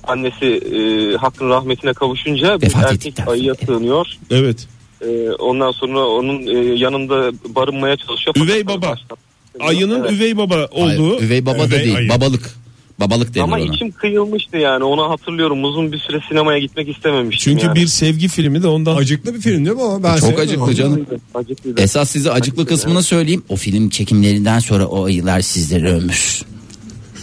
[SPEAKER 8] annesi e, hakkın rahmetine kavuşunca bir
[SPEAKER 4] Vefat
[SPEAKER 8] erkek
[SPEAKER 4] ettikten sonra,
[SPEAKER 8] ayıya
[SPEAKER 4] evet.
[SPEAKER 8] sığınıyor.
[SPEAKER 3] Evet.
[SPEAKER 8] E, ondan sonra onun e, yanında barınmaya çalışıyor. Fakat
[SPEAKER 3] Üvey
[SPEAKER 8] sonra
[SPEAKER 3] baba.
[SPEAKER 8] baştan-
[SPEAKER 3] Ayının
[SPEAKER 8] Evet.
[SPEAKER 3] üvey baba
[SPEAKER 4] Hayır,
[SPEAKER 3] olduğu.
[SPEAKER 4] üvey baba da
[SPEAKER 2] üvey
[SPEAKER 4] değil.
[SPEAKER 2] ayı.
[SPEAKER 4] Babalık. Babalık denir
[SPEAKER 8] Ama
[SPEAKER 4] ona.
[SPEAKER 8] içim kıyılmıştı yani onu hatırlıyorum. Uzun bir süre sinemaya gitmek istememiştim
[SPEAKER 3] Çünkü
[SPEAKER 8] yani.
[SPEAKER 3] bir sevgi filmi de ondan.
[SPEAKER 2] Acıklı bir film değil mi o? Ben
[SPEAKER 4] Çok
[SPEAKER 2] sevmedim onu.
[SPEAKER 4] acıklı canım.
[SPEAKER 8] Acıklıydı.
[SPEAKER 4] Esas size acıklı kısmını söyleyeyim. O film çekimlerinden sonra o ayılar sizleri ömür.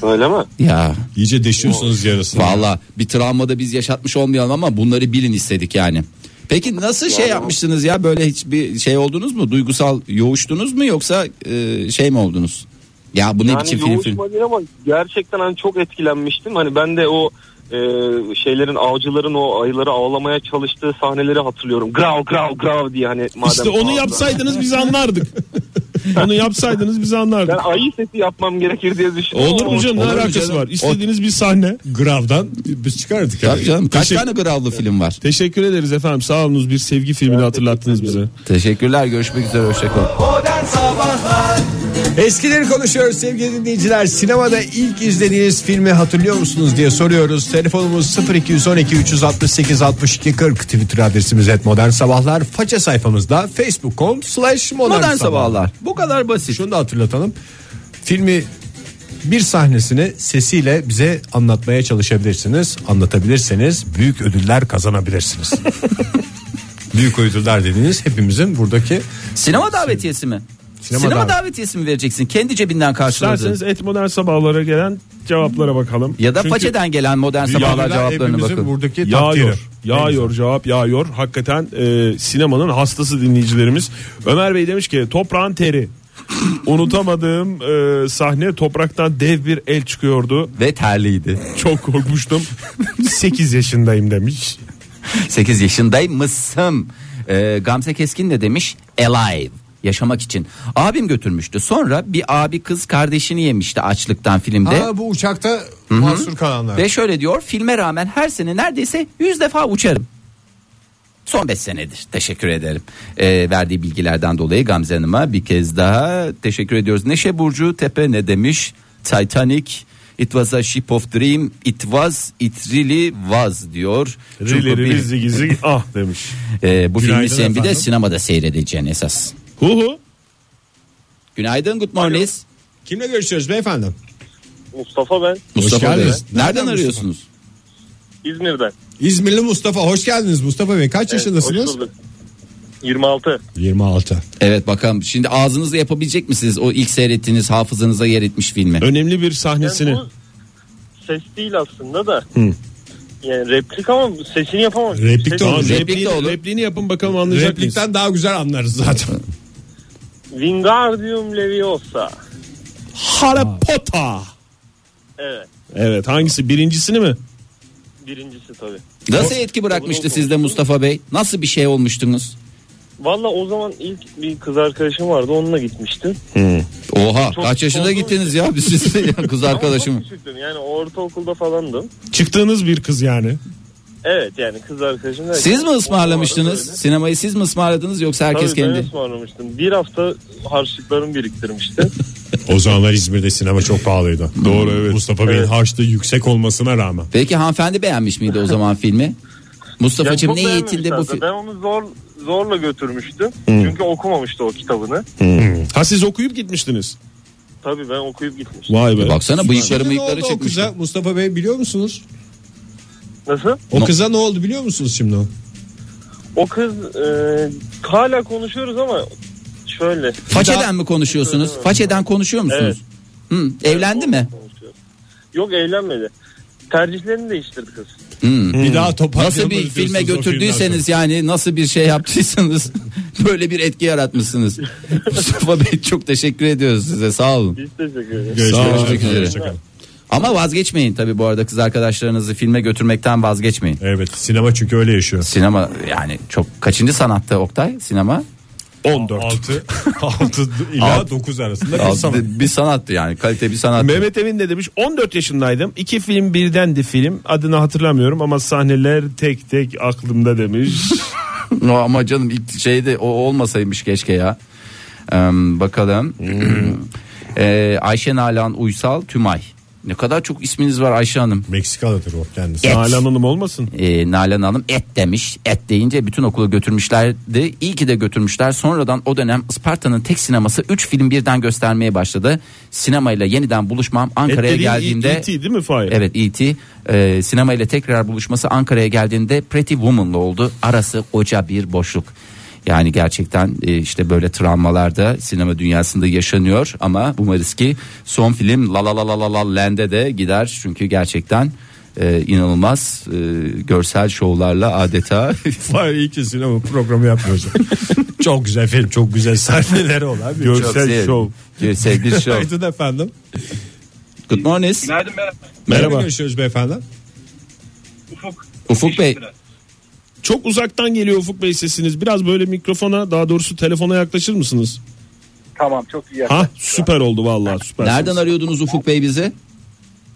[SPEAKER 8] Öyle mi?
[SPEAKER 4] Ya
[SPEAKER 2] İyice deşiyorsunuz yarısını.
[SPEAKER 4] valla bir travmada biz yaşatmış olmayalım ama bunları bilin istedik yani. Peki nasıl şey yapmıştınız ya böyle hiçbir şey oldunuz mu? Duygusal yoğuştunuz mu yoksa e, şey mi oldunuz? Ya bu ne
[SPEAKER 8] yani
[SPEAKER 4] biçim film film?
[SPEAKER 8] yoğuşma değil ama gerçekten hani çok etkilenmiştim. Hani ben de o e, şeylerin avcıların o ayıları avlamaya çalıştığı sahneleri hatırlıyorum. Grav grav grav diye hani madem
[SPEAKER 3] İşte onu
[SPEAKER 8] avla-
[SPEAKER 3] yapsaydınız biz anlardık. onu yapsaydınız biz
[SPEAKER 8] Ben
[SPEAKER 3] anlardık.
[SPEAKER 8] ayı sesi yapmam gerekir diye düşündüm.
[SPEAKER 3] Olur
[SPEAKER 8] ama-
[SPEAKER 3] mu canım ne
[SPEAKER 4] Olur mu
[SPEAKER 3] alakası
[SPEAKER 4] canım?
[SPEAKER 3] var? İstediğiniz bir sahne.
[SPEAKER 2] Grav'dan biz çıkardık.
[SPEAKER 4] Tabii canım kaç
[SPEAKER 3] Teşekkür-
[SPEAKER 4] tane gravlı film var?
[SPEAKER 3] Teşekkür ederiz efendim. Sağ olunuz bir sevgi filmini hatırlattınız bize.
[SPEAKER 4] Teşekkürler görüşmek üzere hoşçakalın.
[SPEAKER 1] Modern Sabahlar
[SPEAKER 2] Eskileri konuşuyoruz sevgili dinleyiciler. Sinemada ilk izlediğiniz filmi hatırlıyor musunuz diye soruyoruz. Telefonumuz 0212 368 62 40 Twitter adresimiz et modern sabahlar. Faça sayfamızda facebook.com slash modern,
[SPEAKER 4] Modern
[SPEAKER 2] sabahlar.
[SPEAKER 4] sabahlar. Bu kadar basit.
[SPEAKER 2] Şunu da hatırlatalım. Filmi bir sahnesini sesiyle bize anlatmaya çalışabilirsiniz. Anlatabilirseniz büyük ödüller kazanabilirsiniz. büyük ödüller dediğiniz hepimizin buradaki
[SPEAKER 4] Sinema davetiyesi mi? Sinema,
[SPEAKER 2] Sinema davet-
[SPEAKER 4] davetiyesi mi vereceksin? Kendi cebinden
[SPEAKER 3] İsterseniz
[SPEAKER 4] karşıladın.
[SPEAKER 3] et modern sabahlara gelen cevaplara bakalım.
[SPEAKER 4] Ya da
[SPEAKER 3] Çünkü
[SPEAKER 4] façeden gelen modern sabahlar
[SPEAKER 2] Ödüller
[SPEAKER 4] cevaplarına
[SPEAKER 2] hepimizin
[SPEAKER 4] bakın.
[SPEAKER 2] buradaki takdiri.
[SPEAKER 3] Yağıyor. Yağıyor cevap yağıyor. Hakikaten e, sinemanın hastası dinleyicilerimiz. Ömer Bey demiş ki toprağın teri. Unutamadığım e, sahne topraktan dev bir el çıkıyordu.
[SPEAKER 4] Ve terliydi.
[SPEAKER 3] Çok korkmuştum. 8 yaşındayım demiş.
[SPEAKER 4] 8 yaşındaymışsın. Ee, Gamze Keskin de demiş alive yaşamak için. Abim götürmüştü. Sonra bir abi kız kardeşini yemişti açlıktan filmde.
[SPEAKER 2] Aa, bu uçakta mahsur kalanlar.
[SPEAKER 4] Ve şöyle diyor filme rağmen her sene neredeyse 100 defa uçarım. Son 5 senedir teşekkür ederim. Ee, verdiği bilgilerden dolayı Gamze Hanım'a bir kez daha teşekkür ediyoruz. Neşe Burcu Tepe ne demiş? Titanic It was a ship of dream. It was, it really was diyor. Çünkü
[SPEAKER 3] Rileri
[SPEAKER 4] bir-
[SPEAKER 3] gizli gizli ah demiş.
[SPEAKER 4] Ee, bu filmi
[SPEAKER 2] Günaydın
[SPEAKER 4] sen bir de
[SPEAKER 2] efendim.
[SPEAKER 4] sinemada seyredeceksin esas.
[SPEAKER 3] Hu hu.
[SPEAKER 4] Günaydın, good morning.
[SPEAKER 2] Kimle görüşüyoruz beyefendi?
[SPEAKER 8] Mustafa ben
[SPEAKER 4] Mustafa Bey.
[SPEAKER 2] geldiniz.
[SPEAKER 4] Nereden,
[SPEAKER 2] Nereden
[SPEAKER 4] arıyorsunuz?
[SPEAKER 8] İzmir'den.
[SPEAKER 2] İzmirli Mustafa hoş geldiniz Mustafa Bey. Kaç yaşındasınız?
[SPEAKER 8] Hoş bulduk. 26.
[SPEAKER 2] 26.
[SPEAKER 4] Evet bakalım şimdi ağzınızla yapabilecek misiniz o ilk seyrettiğiniz hafızanıza yer etmiş filmi?
[SPEAKER 3] Önemli bir
[SPEAKER 8] Yani
[SPEAKER 3] sahnesini.
[SPEAKER 8] bu ses değil aslında da. Yani replik ama sesini yapamam.
[SPEAKER 2] Replik de
[SPEAKER 8] Ses-
[SPEAKER 2] olur.
[SPEAKER 4] Replik de
[SPEAKER 3] repliğini,
[SPEAKER 4] olur.
[SPEAKER 3] repliğini yapın bakalım anlayacak mısınız?
[SPEAKER 2] Replikten daha güzel anlarız zaten.
[SPEAKER 8] Wingardium Leviosa.
[SPEAKER 3] Harry Potter.
[SPEAKER 8] Evet.
[SPEAKER 3] Evet hangisi birincisini mi?
[SPEAKER 8] Birincisi tabii.
[SPEAKER 4] Nasıl etki bırakmıştı sizde Mustafa Bey? Nasıl bir şey olmuştunuz?
[SPEAKER 8] Valla o zaman ilk bir kız arkadaşım vardı onunla gitmiştim.
[SPEAKER 4] Oha
[SPEAKER 8] Çok-
[SPEAKER 4] kaç yaşında
[SPEAKER 8] çok-
[SPEAKER 4] gittiniz ya biz siz ya, kız
[SPEAKER 8] Ama
[SPEAKER 4] arkadaşım.
[SPEAKER 8] çok küçüktüm yani ortaokulda falandım.
[SPEAKER 3] Çıktığınız bir kız yani.
[SPEAKER 8] Evet yani kız arkadaşım. derken-
[SPEAKER 4] Siz mi
[SPEAKER 8] O
[SPEAKER 4] ısmarlamıştınız?
[SPEAKER 8] arada
[SPEAKER 4] Sinemayı siz mi ısmarladınız yoksa
[SPEAKER 8] öyle.
[SPEAKER 4] herkes
[SPEAKER 8] Tabii ben
[SPEAKER 4] kendi?
[SPEAKER 8] ısmarlamıştım. Bir hafta harçlıklarımı biriktirmiştim.
[SPEAKER 2] O zamanlar İzmir'de sinema çok pahalıydı. Doğru evet. Mustafa Bey'in harçlığı yüksek olmasına rağmen.
[SPEAKER 4] Peki hanımefendi beğenmiş miydi o zaman filmi?
[SPEAKER 8] Yani
[SPEAKER 4] Mustafa'cığım
[SPEAKER 8] çok
[SPEAKER 4] ne
[SPEAKER 8] beğenmemiş
[SPEAKER 4] yetinde bu
[SPEAKER 8] zaten.
[SPEAKER 4] film?
[SPEAKER 8] Ben onu zor zorla götürmüştüm. Çünkü okumamıştı o kitabını.
[SPEAKER 3] Ha siz okuyup gitmiştiniz.
[SPEAKER 8] Tabii ben okuyup gitmiştim.
[SPEAKER 3] Vay be.
[SPEAKER 4] Baksana bıyıkları
[SPEAKER 2] Ne
[SPEAKER 4] mıyıkları
[SPEAKER 2] oldu o
[SPEAKER 4] çıkmış.
[SPEAKER 2] kıza Mustafa Bey biliyor musunuz?
[SPEAKER 8] Nasıl?
[SPEAKER 2] O
[SPEAKER 4] No.
[SPEAKER 2] kıza ne oldu biliyor musunuz şimdi o?
[SPEAKER 8] O kız e, hala konuşuyoruz ama şöyle.
[SPEAKER 4] Façeden mi konuşuyorsunuz? Façeden konuşuyor musunuz? Hı, evlendi mi?
[SPEAKER 8] konuşuyoruz. Yok evlenmedi. Tercihlerini değiştirdi kız.
[SPEAKER 4] Hı.
[SPEAKER 3] Hmm.
[SPEAKER 2] Bir daha toparlayalım.
[SPEAKER 4] Nasıl bir filme götürdüyseniz yani nasıl bir şey yaptıysanız böyle bir etki yaratmışsınız. Mustafa Bey çok teşekkür ediyoruz size sağ olun.
[SPEAKER 8] Biz teşekkür ederiz.
[SPEAKER 4] Görüşmek üzere. Ama vazgeçmeyin tabii bu arada kız arkadaşlarınızı filme götürmekten vazgeçmeyin.
[SPEAKER 2] Evet sinema çünkü öyle yaşıyor.
[SPEAKER 4] Sinema yani çok kaçıncı sanatta Oktay sinema?
[SPEAKER 3] 14.
[SPEAKER 2] 6 6 ila
[SPEAKER 4] Altı.
[SPEAKER 2] 9 arasında
[SPEAKER 4] Al-
[SPEAKER 2] bir sanat.
[SPEAKER 4] Bir sanattı yani kalite bir sanat.
[SPEAKER 3] Mehmet Emin de demiş 14 yaşındaydım. İki film birdendi film. Adını hatırlamıyorum ama sahneler tek tek aklımda demiş.
[SPEAKER 4] No, ama canım ilk şeyde o olmasaymış keşke ya. Ee, bakalım.
[SPEAKER 2] Hmm.
[SPEAKER 4] Ee, Ayşe Nalan Uysal Tümay. Ne kadar çok isminiz var Ayşe Hanım.
[SPEAKER 2] Meksikalıdır o kendisi.
[SPEAKER 4] Et.
[SPEAKER 3] Nalan Hanım olmasın.
[SPEAKER 4] Ee, Nalan Hanım et demiş. Et deyince bütün okula götürmüşlerdi. İyi ki de götürmüşler. Sonradan o dönem Isparta'nın tek sineması 3 film birden göstermeye başladı. Sinemayla yeniden buluşmam
[SPEAKER 3] Et
[SPEAKER 4] Ankara'ya
[SPEAKER 3] dediğin E
[SPEAKER 4] geldiğimde...
[SPEAKER 3] E.T. değil mi Fahir?
[SPEAKER 4] Evet E.T. E, sinema ile tekrar buluşması Ankara'ya geldiğinde Pretty Woman'la oldu. Arası koca bir boşluk. Yani gerçekten e, işte böyle travmalar da sinema dünyasında yaşanıyor ama umarız ki son film La La La La La La Land'e de gider. Çünkü gerçekten e, inanılmaz e, görsel şovlarla adeta
[SPEAKER 2] Vay iyi ki sinema programı yapmıyoruz. çok güzel film, çok güzel sahneleri olan bir
[SPEAKER 4] Çok
[SPEAKER 2] görsel
[SPEAKER 4] sev-
[SPEAKER 2] şov.
[SPEAKER 4] Görsel bir şov.
[SPEAKER 2] Günaydın efendim.
[SPEAKER 4] Good morning.
[SPEAKER 7] Günaydın merhaba.
[SPEAKER 2] Merhaba. Görüşürüz beyefendi.
[SPEAKER 7] Ufuk.
[SPEAKER 4] Ufuk Bey.
[SPEAKER 3] Çok uzaktan geliyor Ufuk Bey sesiniz. Biraz böyle mikrofona daha doğrusu telefona yaklaşır mısınız?
[SPEAKER 5] Tamam çok iyi.
[SPEAKER 3] Ha süper oldu vallahi süper.
[SPEAKER 4] Nereden arıyordunuz Ufuk Bey bizi?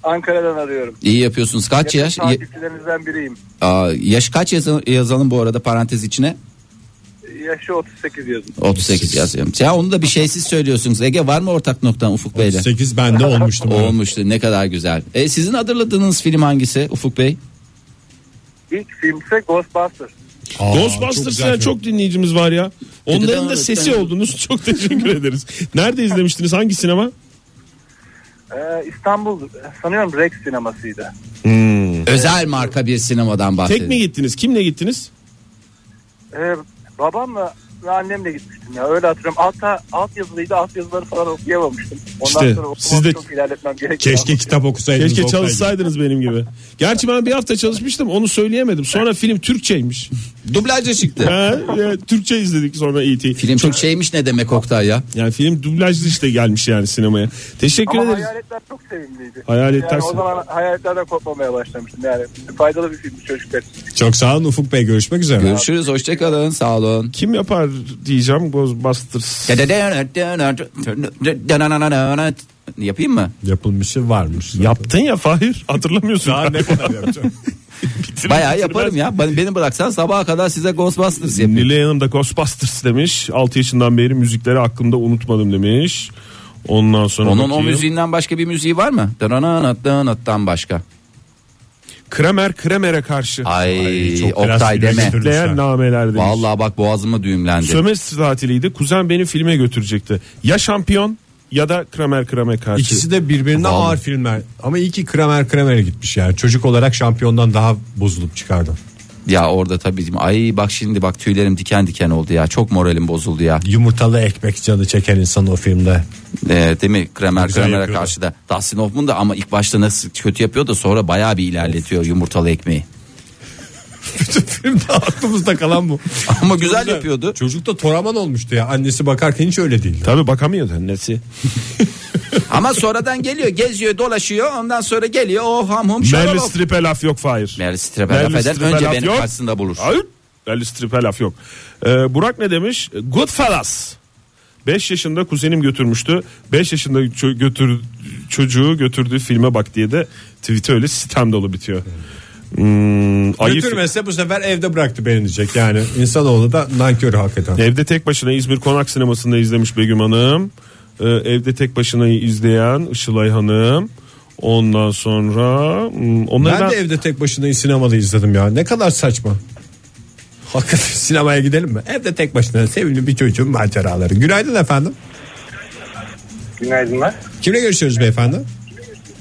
[SPEAKER 5] Ankara'dan arıyorum.
[SPEAKER 4] İyi yapıyorsunuz. Kaç yaş? ya-
[SPEAKER 5] Takipçilerinizden biriyim.
[SPEAKER 4] Aa, yaş kaç yazalım, yazalım bu arada parantez içine?
[SPEAKER 5] Yaşı 38 yazın.
[SPEAKER 4] 38 yazıyorum. Ya onu da bir şeysiz söylüyorsunuz. Ege var mı ortak noktan Ufuk Bey'le?
[SPEAKER 2] 8 bende olmuştum.
[SPEAKER 4] Olmuştu ne kadar güzel. E, sizin hatırladığınız film hangisi Ufuk Bey?
[SPEAKER 5] İlk filmse Ghostbusters.
[SPEAKER 2] Aa, çok
[SPEAKER 3] Ghostbusters'a
[SPEAKER 2] güzel
[SPEAKER 3] çok,
[SPEAKER 2] film.
[SPEAKER 3] dinleyicimiz var ya. Onların da sesi oldunuz. Çok teşekkür ederiz. Nerede izlemiştiniz? Hangi sinema?
[SPEAKER 5] Ee, İstanbul sanıyorum Rex sinemasıydı.
[SPEAKER 4] Özel marka bir sinemadan bahsediyor.
[SPEAKER 3] Tek mi gittiniz? Kimle gittiniz?
[SPEAKER 5] Ee, babamla ve annemle gitmiştim ya öyle hatırlıyorum. Altta alt yazılıydı alt yazıları falan okuyamamıştım. Ondan
[SPEAKER 3] İşte,
[SPEAKER 5] sonra okumam
[SPEAKER 3] siz de-
[SPEAKER 5] çok ilerletmem gerekiyor.
[SPEAKER 2] Keşke kitap okusaydınız.
[SPEAKER 3] Keşke
[SPEAKER 2] Oktay'cığım.
[SPEAKER 3] çalışsaydınız benim gibi. Gerçi ben bir hafta çalışmıştım onu söyleyemedim. Sonra film Türkçeymiş.
[SPEAKER 4] Dublaja çıktı.
[SPEAKER 3] Ha, e, Türkçe izledik sonra E.T.
[SPEAKER 4] film çok şeymiş ne demek Oktay ya?
[SPEAKER 3] Yani film dublajlı işte gelmiş yani sinemaya. Teşekkür
[SPEAKER 5] Ama
[SPEAKER 3] ederiz.
[SPEAKER 5] hayaletler çok sevimliydi.
[SPEAKER 3] Hayaletler
[SPEAKER 5] yani o
[SPEAKER 3] sevimli.
[SPEAKER 5] zaman hayaletlerden korkmamaya başlamıştım. Yani faydalı bir filmdi çocuklar için.
[SPEAKER 2] Çok sağ olun Ufuk Bey görüşmek üzere.
[SPEAKER 4] Görüşürüz hoşçakalın sağ olun.
[SPEAKER 3] Kim yapar diyeceğim Ghostbusters.
[SPEAKER 4] Yapayım mı?
[SPEAKER 2] Yapılmışı varmış.
[SPEAKER 3] Yaptın ya Fahir hatırlamıyorsun.
[SPEAKER 2] Daha ne kadar yapacağım?
[SPEAKER 4] Bayağı yaparım ya. Ben- Beni bıraksan sabaha kadar size Ghostbusters yapayım.
[SPEAKER 3] Nilay Hanım da Ghostbusters demiş. 6 yaşından beri müzikleri aklımda unutmadım demiş. Ondan sonra
[SPEAKER 4] Onun o
[SPEAKER 3] bakayım.
[SPEAKER 4] müziğinden başka bir müziği var mı? Dananattan başka.
[SPEAKER 3] Kramer Kramer'e karşı.
[SPEAKER 4] Ay,
[SPEAKER 2] çok klas
[SPEAKER 4] Oktay
[SPEAKER 2] bir
[SPEAKER 4] deme.
[SPEAKER 2] müziktir.
[SPEAKER 3] Değer nameler demiş.
[SPEAKER 4] Vallahi bak boğazıma düğümlendi.
[SPEAKER 3] Sömestr tatiliydi. Kuzen beni filme götürecekti. Ya şampiyon ya da Kramer Kramer karşı.
[SPEAKER 2] İkisi de birbirine
[SPEAKER 4] Vallahi.
[SPEAKER 2] ağır filmler. Ama iyi ki Kramer Kramer'e gitmiş yani. Çocuk olarak şampiyondan daha bozulup çıkardı.
[SPEAKER 4] Ya orada tabii ay bak şimdi bak tüylerim diken diken oldu ya. Çok moralim bozuldu ya.
[SPEAKER 2] Yumurtalı ekmek canı çeken insan o filmde.
[SPEAKER 4] Ee, değil mi? Kramer
[SPEAKER 2] Güzel
[SPEAKER 4] Kramer'e
[SPEAKER 2] yapıyordu.
[SPEAKER 4] karşı da. Dustin Hoffman da ama ilk başta nasıl kötü yapıyor da sonra bayağı bir ilerletiyor yumurtalı ekmeği.
[SPEAKER 2] Bütün filmde aklımızda kalan bu.
[SPEAKER 4] Ama güzel yapıyordu.
[SPEAKER 2] Çocuk da toraman olmuştu ya. Annesi bakarken hiç öyle değildi.
[SPEAKER 3] Tabii bakamıyordu annesi.
[SPEAKER 4] ama sonradan geliyor geziyor dolaşıyor ondan sonra geliyor o ham hum
[SPEAKER 3] Meryl
[SPEAKER 4] şalalop.
[SPEAKER 3] Streep'e laf yok Fahir.
[SPEAKER 4] Meryl Streep'e
[SPEAKER 3] Meryl
[SPEAKER 4] laf eden
[SPEAKER 3] Streep'e
[SPEAKER 4] önce
[SPEAKER 3] laf
[SPEAKER 4] beni
[SPEAKER 3] yok.
[SPEAKER 4] karşısında bulur.
[SPEAKER 3] Hayır. Meryl Streep'e laf yok. Ee, Burak ne demiş? Goodfellas. 5 yaşında kuzenim götürmüştü. 5 yaşında ço- götür çocuğu götürdüğü filme bak diye de tweet'e öyle sitem dolu bitiyor. Hmm, ayı fi-
[SPEAKER 2] Götürmese bu sefer evde bıraktı beni diyecek yani. İnsanoğlu da nankörü hakikaten.
[SPEAKER 3] Evde tek başına İzmir Konak Sineması'nda izlemiş Begüm Hanım. Ee, evde tek başına izleyen Işılay Hanım. Ondan sonra hmm, onları
[SPEAKER 2] Ben
[SPEAKER 3] ben,
[SPEAKER 2] de evde tek başına sinemada izledim ya. Ne kadar saçma. Hakikaten sinemaya gidelim mi? Evde tek başına sevimli bir çocuğun maceraları. Günaydın efendim.
[SPEAKER 5] Günaydınlar.
[SPEAKER 2] Kimle görüşüyoruz beyefendi?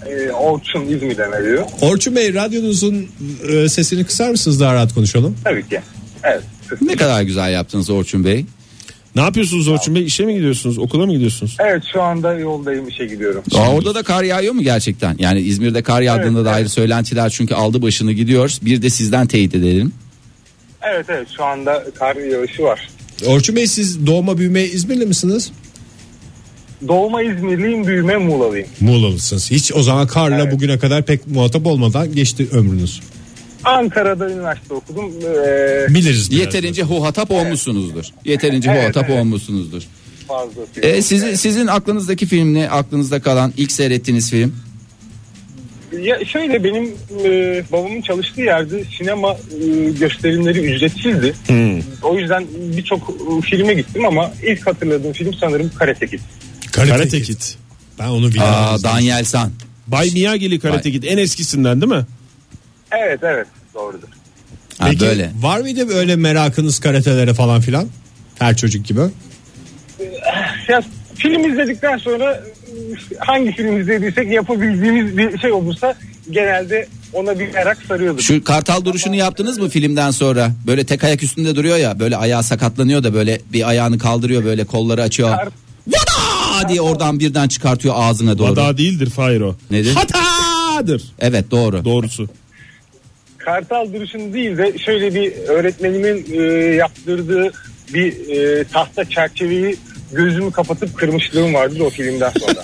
[SPEAKER 5] Ee, Orçun İzmir'den arıyor.
[SPEAKER 2] Orçun Bey radyonuzun e, sesini kısar mısınız daha rahat konuşalım?
[SPEAKER 5] Tabii ki. Evet.
[SPEAKER 4] Ne kadar güzel yaptınız Orçun Bey.
[SPEAKER 3] Ne yapıyorsunuz Orçun Bey? İşe mi gidiyorsunuz? Okula mı gidiyorsunuz?
[SPEAKER 5] Evet şu anda yoldayım işe gidiyorum.
[SPEAKER 4] Aa, orada da kar yağıyor mu gerçekten? Yani İzmir'de kar yağdığında dair söylentiler çünkü aldı başını gidiyor. Bir de sizden teyit edelim.
[SPEAKER 5] Evet evet şu anda kar yağışı var.
[SPEAKER 2] Orçun Bey siz doğma büyüme İzmirli misiniz?
[SPEAKER 5] Doğma İzmirliyim büyüme Muğla'lıyım.
[SPEAKER 2] Muğlalısınız. Hiç o zaman karla bugüne kadar pek muhatap olmadan geçti ömrünüz.
[SPEAKER 5] Ankara'da üniversite okudum. Ee,
[SPEAKER 2] Biliriz. biraz.
[SPEAKER 4] Yeterince huhatap olmuşsunuzdur. Yeterince
[SPEAKER 5] Evet,
[SPEAKER 4] huhatap
[SPEAKER 5] evet.
[SPEAKER 4] olmuşsunuzdur.
[SPEAKER 5] fazlası.
[SPEAKER 4] E, sizin, sizin aklınızdaki film ne? Aklınızda kalan ilk seyrettiğiniz film?
[SPEAKER 5] Ya şöyle benim e, babamın çalıştığı yerde sinema e, gösterimleri ücretsizdi. O yüzden birçok e, filme gittim ama ilk hatırladığım film sanırım Karate Kid.
[SPEAKER 2] Karate,
[SPEAKER 3] Karate
[SPEAKER 2] Kid.
[SPEAKER 3] Kid.
[SPEAKER 2] Ben onu biliyorum.
[SPEAKER 4] Aa, Daniel San.
[SPEAKER 3] Bay Miyagi'li Karate
[SPEAKER 4] Bay-
[SPEAKER 3] Kid en eskisinden değil mi?
[SPEAKER 5] Evet evet doğrudur.
[SPEAKER 4] Ha,
[SPEAKER 2] Peki,
[SPEAKER 4] böyle.
[SPEAKER 2] Var mıydı böyle merakınız karatelere falan filan? Her çocuk gibi.
[SPEAKER 5] Ya, film izledikten sonra e, hangi film izlediysek yapabildiğimiz bir şey olursa genelde ona bir merak sarıyorduk.
[SPEAKER 4] Şu kartal duruşunu yaptınız mı filmden sonra? Böyle tek ayak üstünde duruyor ya. Böyle ayağı sakatlanıyor da böyle bir ayağını kaldırıyor böyle kolları açıyor.
[SPEAKER 5] Kar-
[SPEAKER 4] Vada diye oradan birden çıkartıyor ağzına doğru.
[SPEAKER 3] Vada değildir Fahir o.
[SPEAKER 4] Nedir?
[SPEAKER 3] Hatadır.
[SPEAKER 4] Evet doğru.
[SPEAKER 3] Doğrusu.
[SPEAKER 5] Kartal duruşunu değil de şöyle bir öğretmenimin e, yaptırdığı bir e, tahta çerçeveyi gözümü kapatıp kırmışlığım vardır o filmden sonra.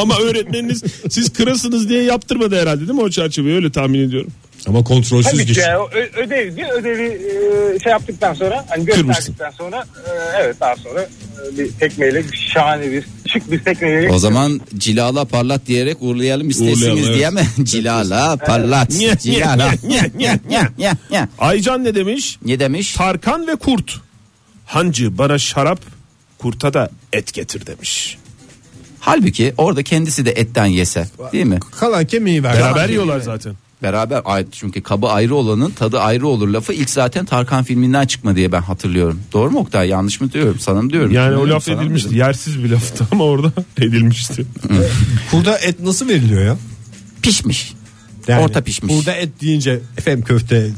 [SPEAKER 3] Ama öğretmeniniz siz kırasınız diye yaptırmadı herhalde değil mi o çerçeveyi öyle tahmin ediyorum.
[SPEAKER 2] Ama kontrolsüz
[SPEAKER 5] Tabii ki
[SPEAKER 2] geçti.
[SPEAKER 5] yani o ö- ödevdi. Ödevi e, şey yaptıktan sonra hani
[SPEAKER 3] Kırmışsın.
[SPEAKER 5] gösterdikten sonra e, evet daha sonra e, bir tekmeyle şahane bir şık bir tekmeyle
[SPEAKER 4] O zaman cilala parlat diyerek uğurlayalım
[SPEAKER 3] Uğurlayalım,
[SPEAKER 4] istesiniz
[SPEAKER 3] evet.
[SPEAKER 4] diye mi? cilala parlat.
[SPEAKER 3] Nye, nye,
[SPEAKER 4] cilala.
[SPEAKER 3] nye, nye, nye.
[SPEAKER 4] Ya, ya.
[SPEAKER 3] Aycan ne demiş?
[SPEAKER 4] Ne demiş?
[SPEAKER 3] Tarkan ve kurt. Hancı bana şarap, kurta da et getir demiş.
[SPEAKER 4] Halbuki orada kendisi de etten yese değil mi?
[SPEAKER 2] Kalan kemiği ver.
[SPEAKER 3] Beraber yiyorlar zaten.
[SPEAKER 4] Beraber ay- çünkü kabı ayrı olanın tadı ayrı olur lafı ilk zaten Tarkan filminden çıkma diye ben hatırlıyorum. Doğru mu Oktay yanlış mı diyorum sana mı diyorum.
[SPEAKER 3] Yani o
[SPEAKER 4] Bilmiyorum,
[SPEAKER 3] laf
[SPEAKER 4] sana mı
[SPEAKER 3] edilmişti.
[SPEAKER 4] diyorum.
[SPEAKER 3] Yersiz bir laftı ama orada edilmişti.
[SPEAKER 2] Kurda et nasıl veriliyor ya?
[SPEAKER 4] Pişmiş. Orta pişmiş.
[SPEAKER 2] Kurda et deyince efendim köfte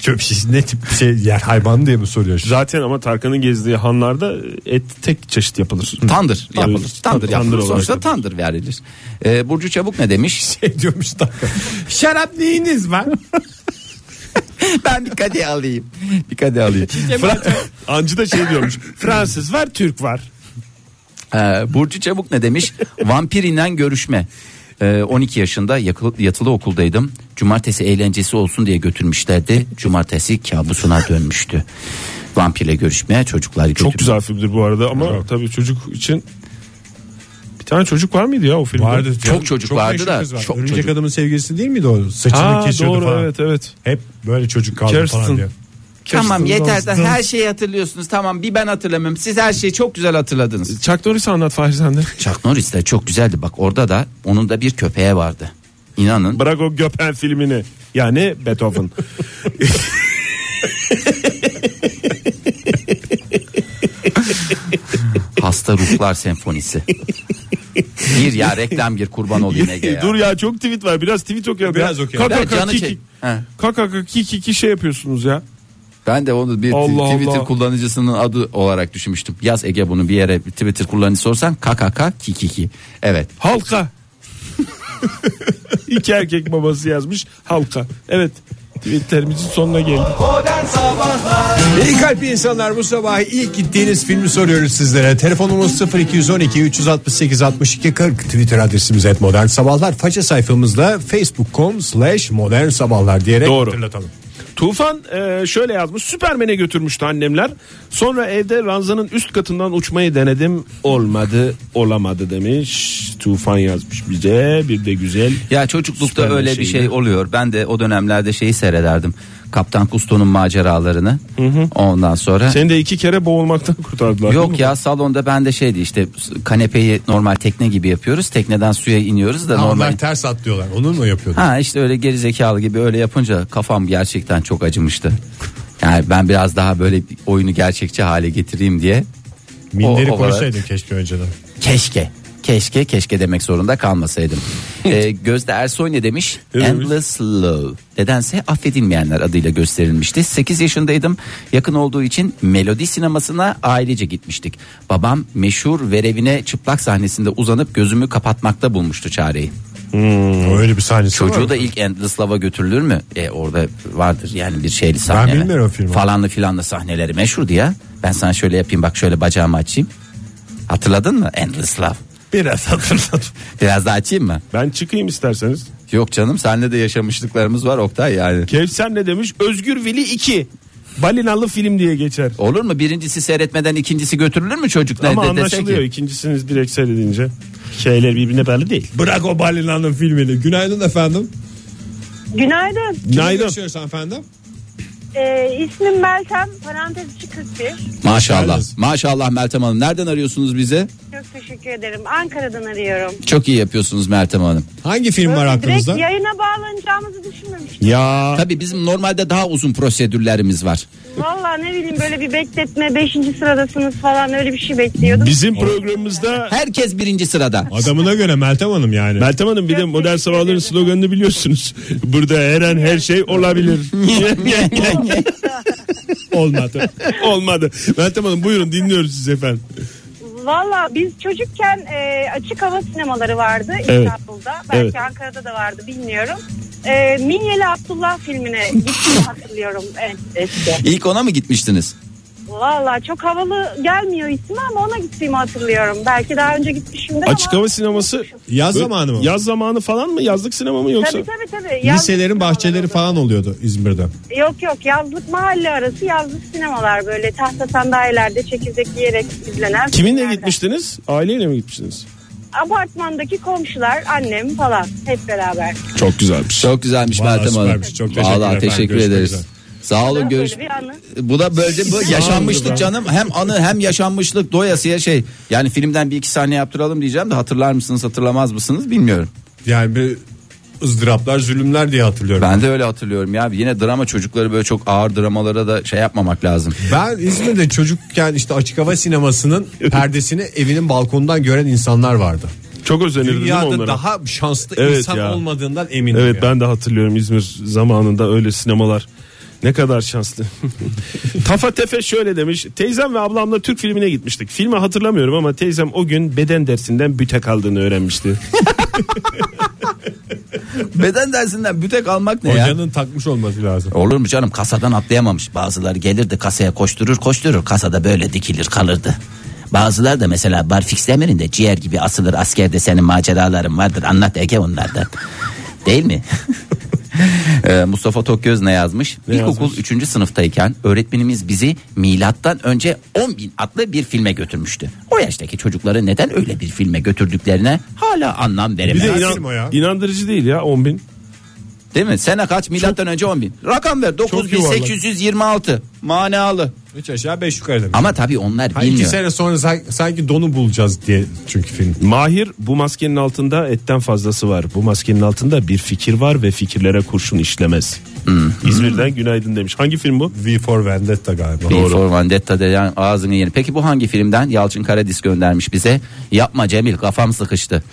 [SPEAKER 2] çöp şiş ne tip bir şey yer hayvan diye mi soruyor? Şey
[SPEAKER 3] Zaten ama Tarkan'ın gezdiği hanlarda e, et tek çeşit yapılır.
[SPEAKER 4] Tandır yapılır.
[SPEAKER 3] Tandır.
[SPEAKER 4] Tandır yapılır.
[SPEAKER 3] Tandır olarak
[SPEAKER 4] Sonuçta
[SPEAKER 3] yapılır.
[SPEAKER 4] tandır verilir. Ee, Burcu Çabuk ne demiş?
[SPEAKER 2] Şey diyormuş Tarkan. Şarap neyiniz var?
[SPEAKER 4] ben bir kadeh alayım. Bir kadeh alayım.
[SPEAKER 3] Fra- Ancı da şey diyormuş. Fransız var, Türk var.
[SPEAKER 4] Ee, Burcu Çabuk ne demiş? Vampirinden görüşme. Ee, 12 yaşında yakılı- yatılı okuldaydım. Cumartesi eğlencesi olsun diye götürmüşlerdi. Cumartesi kabusuna dönmüştü. Vampirle görüşme çocuklar götür-
[SPEAKER 3] Çok güzel filmdir bu arada ama tabii çocuk için bir tane çocuk var mıydı ya o filmde?
[SPEAKER 4] Çok çocuk vardı da, çok
[SPEAKER 2] Örümcek
[SPEAKER 4] çocuk.
[SPEAKER 2] adamın sevgilisi değil miydi o? Saçını
[SPEAKER 3] Ha
[SPEAKER 2] kesiyordu
[SPEAKER 3] doğru
[SPEAKER 2] falan.
[SPEAKER 3] evet evet.
[SPEAKER 2] Hep böyle çocuk kaldı falan
[SPEAKER 3] Kirsten.
[SPEAKER 2] diyor.
[SPEAKER 4] Tamam
[SPEAKER 3] Kirsten
[SPEAKER 4] yeter
[SPEAKER 3] Dunst.
[SPEAKER 4] de her şeyi hatırlıyorsunuz. Tamam bir ben hatırlamıyorum. Siz her şeyi çok güzel hatırladınız.
[SPEAKER 3] Chuck Norris'i anlat Fahri sen de.
[SPEAKER 4] Chuck Norris de çok güzeldi. Bak orada da onun da bir köpeğe vardı. İnanın.
[SPEAKER 3] Bırak o Göpen filmini. Yani Beethoven.
[SPEAKER 4] Hasta Ruhlar Senfonisi. Gir ya reklam gir kurban olayım Ege ya.
[SPEAKER 3] Dur ya çok tweet var. Biraz tweet okuyalım.
[SPEAKER 2] Biraz
[SPEAKER 3] ya.
[SPEAKER 2] okuyalım.
[SPEAKER 3] Kaka
[SPEAKER 4] Ben canı
[SPEAKER 3] kaki-
[SPEAKER 4] çek- He.
[SPEAKER 3] Kaka kaki kiki şey yapıyorsunuz ya.
[SPEAKER 4] Ben de onu bir
[SPEAKER 3] Allah
[SPEAKER 4] Twitter
[SPEAKER 3] Allah.
[SPEAKER 4] kullanıcısının adı olarak düşünmüştüm. Yaz Ege bunu bir yere bir Twitter kullanıcısı sorsan KKK kikiki. Evet.
[SPEAKER 3] Halka. İki erkek babası yazmış halka. Evet. Tweetlerimizin sonuna geldik.
[SPEAKER 1] Modern Sabahlar
[SPEAKER 2] İyi kalpli insanlar bu sabah ilk gittiğiniz filmi soruyoruz sizlere. Telefonumuz 0212 368 62 40 Twitter adresimiz et modern sabahlar. Faça sayfamızda facebook.com slash modern sabahlar diyerek
[SPEAKER 3] Doğru.
[SPEAKER 2] hatırlatalım.
[SPEAKER 3] Tufan e, şöyle yazmış. Süpermen'e götürmüştü annemler. Sonra evde ranzanın üst katından uçmayı denedim. Olmadı, olamadı demiş. Tufan yazmış bize. Bir de güzel.
[SPEAKER 4] Ya çocuklukta
[SPEAKER 3] Süper bir
[SPEAKER 4] öyle bir
[SPEAKER 3] şeydi.
[SPEAKER 4] şey oluyor. Ben de o dönemlerde şeyi seyrederdim. Kaptan Kusto'nun maceralarını. Ondan sonra
[SPEAKER 3] Seni de iki kere boğulmaktan kurtardılar. değil mi?
[SPEAKER 4] Yok ya salonda ben de şeydi işte kanepeyi normal tekne gibi yapıyoruz. Tekneden suya iniyoruz da
[SPEAKER 2] Ama
[SPEAKER 4] normal.
[SPEAKER 2] onlar ters atlıyorlar. Onu mu yapıyordu?
[SPEAKER 4] Ha işte öyle geri zekalı gibi öyle yapınca kafam gerçekten çok acımıştı. Yani ben biraz daha böyle bir oyunu gerçekçi hale getireyim diye
[SPEAKER 2] Minderi
[SPEAKER 4] o- o var.
[SPEAKER 2] koysaydın keşke önceden.
[SPEAKER 4] keşke Keşke keşke demek zorunda kalmasaydım. Ee, Gözde Ersoy ne demiş?
[SPEAKER 3] Ne demiş?
[SPEAKER 4] Endless Love. Nedense affedilmeyenler adıyla gösterilmişti. 8 yaşındaydım. Yakın olduğu için Melodi sinemasına ailece gitmiştik. Babam meşhur verevine çıplak sahnesinde uzanıp gözümü kapatmakta bulmuştu çareyi.
[SPEAKER 2] Öyle bir sahnesi
[SPEAKER 4] Çocuğu
[SPEAKER 2] var.
[SPEAKER 4] da ilk Endless Love'a götürülür mü? E orada vardır yani bir şeyli sahne.
[SPEAKER 2] bilmiyorum o filmi.
[SPEAKER 4] Falanlı filanlı sahneleri meşhurdu ya. Ben sana şöyle yapayım bak şöyle bacağımı açayım. Hatırladın mı Endless Love?
[SPEAKER 2] Biraz hatırladım.
[SPEAKER 4] Biraz daha açayım mı?
[SPEAKER 3] Ben çıkayım isterseniz.
[SPEAKER 4] Yok canım senle de yaşamışlıklarımız var Oktay yani.
[SPEAKER 3] Kevser ne demiş? Özgür Veli 2. Balinalı film diye geçer.
[SPEAKER 4] Olur mu birincisi seyretmeden ikincisi götürülür mü çocuk? Ne
[SPEAKER 3] Ama
[SPEAKER 4] de- dese
[SPEAKER 3] anlaşılıyor.
[SPEAKER 4] ki?
[SPEAKER 3] İkincisiniz direkt seyredince. Şeyler birbirine belli değil.
[SPEAKER 2] Bırak o balinanın filmini. Günaydın efendim.
[SPEAKER 9] Günaydın.
[SPEAKER 2] Günaydın.
[SPEAKER 3] Günaydın.
[SPEAKER 2] Görüşüyoruz efendim.
[SPEAKER 10] Ee, ismim Meltem, parantez içi 41.
[SPEAKER 4] Maşallah maşallah Meltem Hanım nereden arıyorsunuz bize?
[SPEAKER 10] Çok teşekkür ederim. Ankara'dan arıyorum.
[SPEAKER 4] Çok iyi yapıyorsunuz Meltem Hanım.
[SPEAKER 2] Hangi film var
[SPEAKER 10] Böyle Ee, direkt
[SPEAKER 2] aklınızda?
[SPEAKER 10] yayına bağlanacağımızı düşünmemiştim.
[SPEAKER 2] Ya
[SPEAKER 4] Tabii bizim normalde daha uzun prosedürlerimiz var.
[SPEAKER 10] Valla ne bileyim böyle bir bekletme, 5. sıradasınız falan öyle bir şey bekliyordum.
[SPEAKER 3] Bizim programımızda
[SPEAKER 4] Herkes birinci sırada.
[SPEAKER 2] adamına göre Meltem Hanım yani.
[SPEAKER 3] Meltem Hanım bir de modern sabahların
[SPEAKER 10] şey.
[SPEAKER 3] sloganını biliyorsunuz. Burada her an her şey olabilir. Olmadı. Olmadı. Meltem Hanım buyurun dinliyoruz sizi efendim.
[SPEAKER 10] Valla biz çocukken e, açık hava sinemaları vardı
[SPEAKER 3] Evet.
[SPEAKER 10] İstanbul'da. Belki
[SPEAKER 3] Evet.
[SPEAKER 10] Ankara'da da vardı bilmiyorum. E, Minyeli Abdullah filmine gittiğimi hatırlıyorum en eski.
[SPEAKER 4] İlk ona mı gitmiştiniz?
[SPEAKER 10] Valla çok havalı gelmiyor ismi ama ona gittiğimi hatırlıyorum. Belki daha önce gitmişimdir
[SPEAKER 3] Açık
[SPEAKER 10] ama...
[SPEAKER 3] hava sineması
[SPEAKER 2] Yaz zamanı mı?
[SPEAKER 3] Yaz zamanı falan mı? Yazlık sinema mı yoksa?
[SPEAKER 10] Tabii tabii tabii. Yazlık
[SPEAKER 2] Liselerin
[SPEAKER 10] sinemalar
[SPEAKER 2] bahçeleri
[SPEAKER 10] oldu.
[SPEAKER 2] falan oluyordu İzmir'de.
[SPEAKER 10] Yok yok yazlık mahalle arası yazlık sinemalar böyle tahta sandalyelerde çekirdek yiyerek izlenen.
[SPEAKER 3] Kiminle
[SPEAKER 10] filmlerden.
[SPEAKER 3] gitmiştiniz? Aileyle mi gitmiştiniz?
[SPEAKER 10] Apartmandaki komşular annem falan hep beraber.
[SPEAKER 3] Çok güzelmiş.
[SPEAKER 4] Çok güzelmiş
[SPEAKER 2] Vallahi
[SPEAKER 4] Meltem Hanım.
[SPEAKER 2] süpermiş. Çok teşekkür
[SPEAKER 4] Vallahi
[SPEAKER 2] efendim.
[SPEAKER 4] teşekkür
[SPEAKER 2] Görüşmek
[SPEAKER 4] ederiz.
[SPEAKER 2] üzere.
[SPEAKER 4] Sağ olun görüş.
[SPEAKER 10] Böyle bir anı.
[SPEAKER 4] Bu da böyle bu yaşanmışlık canım. Hem anı hem yaşanmışlık doyasıya şey. Yani filmden bir iki sahne yaptıralım diyeceğim de hatırlar mısınız hatırlamaz mısınız bilmiyorum.
[SPEAKER 2] Yani bir ızdıraplar, zulümler diye hatırlıyorum. Ben,
[SPEAKER 4] Ben de öyle hatırlıyorum ya. Yine drama çocukları böyle çok ağır dramalara da şey yapmamak lazım.
[SPEAKER 2] İzmir'de çocukken işte açık hava sinemasının perdesini evinin balkonundan gören insanlar vardı.
[SPEAKER 3] Çok özenirdim değil mi
[SPEAKER 2] Dünyada
[SPEAKER 3] onlara?
[SPEAKER 2] daha şanslı
[SPEAKER 3] Evet
[SPEAKER 2] insan
[SPEAKER 3] ya.
[SPEAKER 2] olmadığından eminim.
[SPEAKER 3] Evet
[SPEAKER 2] ya.
[SPEAKER 3] ben de hatırlıyorum İzmir zamanında öyle sinemalar. Ne kadar şanslı. Tafa tefe şöyle demiş. Teyzem ve ablamla Türk filmine gitmiştik. Filmi hatırlamıyorum ama teyzem o gün beden dersinden büte kaldığını öğrenmişti.
[SPEAKER 4] Beden dersinden bütek almak ne ya?
[SPEAKER 2] Hocanın takmış olması lazım.
[SPEAKER 4] Olur mu canım kasadan atlayamamış bazıları gelirdi kasaya koşturur koşturur kasada böyle dikilir kalırdı. Bazılar da mesela barfiks demirinde ciğer gibi asılır askerde senin maceraların vardır anlat Ege onlardan. Değil mi? Ee, Mustafa Tokgöz ne yazmış? İlkokul 3. sınıftayken öğretmenimiz bizi milattan önce 10 bin adlı bir filme götürmüştü. O yaştaki çocukları neden öyle bir filme götürdüklerine hala
[SPEAKER 3] Bir
[SPEAKER 4] anlam
[SPEAKER 3] de
[SPEAKER 4] veremem.
[SPEAKER 3] inan-
[SPEAKER 2] film o ya.
[SPEAKER 3] inandırıcı değil ya 10 bin.
[SPEAKER 4] Değil mi? Sene kaç? Milattan önce 10 bin. Rakam ver. 9826. Manalı.
[SPEAKER 2] 3 aşağı 5 yukarı demiş.
[SPEAKER 4] Ama tabii onlar
[SPEAKER 2] Ha, iki
[SPEAKER 4] bilmiyor.
[SPEAKER 2] sene sonra sanki, sanki donu bulacağız diye çünkü film.
[SPEAKER 3] Mahir bu maskenin altında etten fazlası var. Bu maskenin altında bir fikir var ve fikirlere kurşun işlemez. İzmir'den günaydın demiş. Hangi film bu?
[SPEAKER 2] V for Vendetta galiba.
[SPEAKER 4] V for Vendetta denen ağzını yeni. Peki bu hangi filmden? Yalçın Karadis göndermiş bize. Yapma Cemil kafam sıkıştı.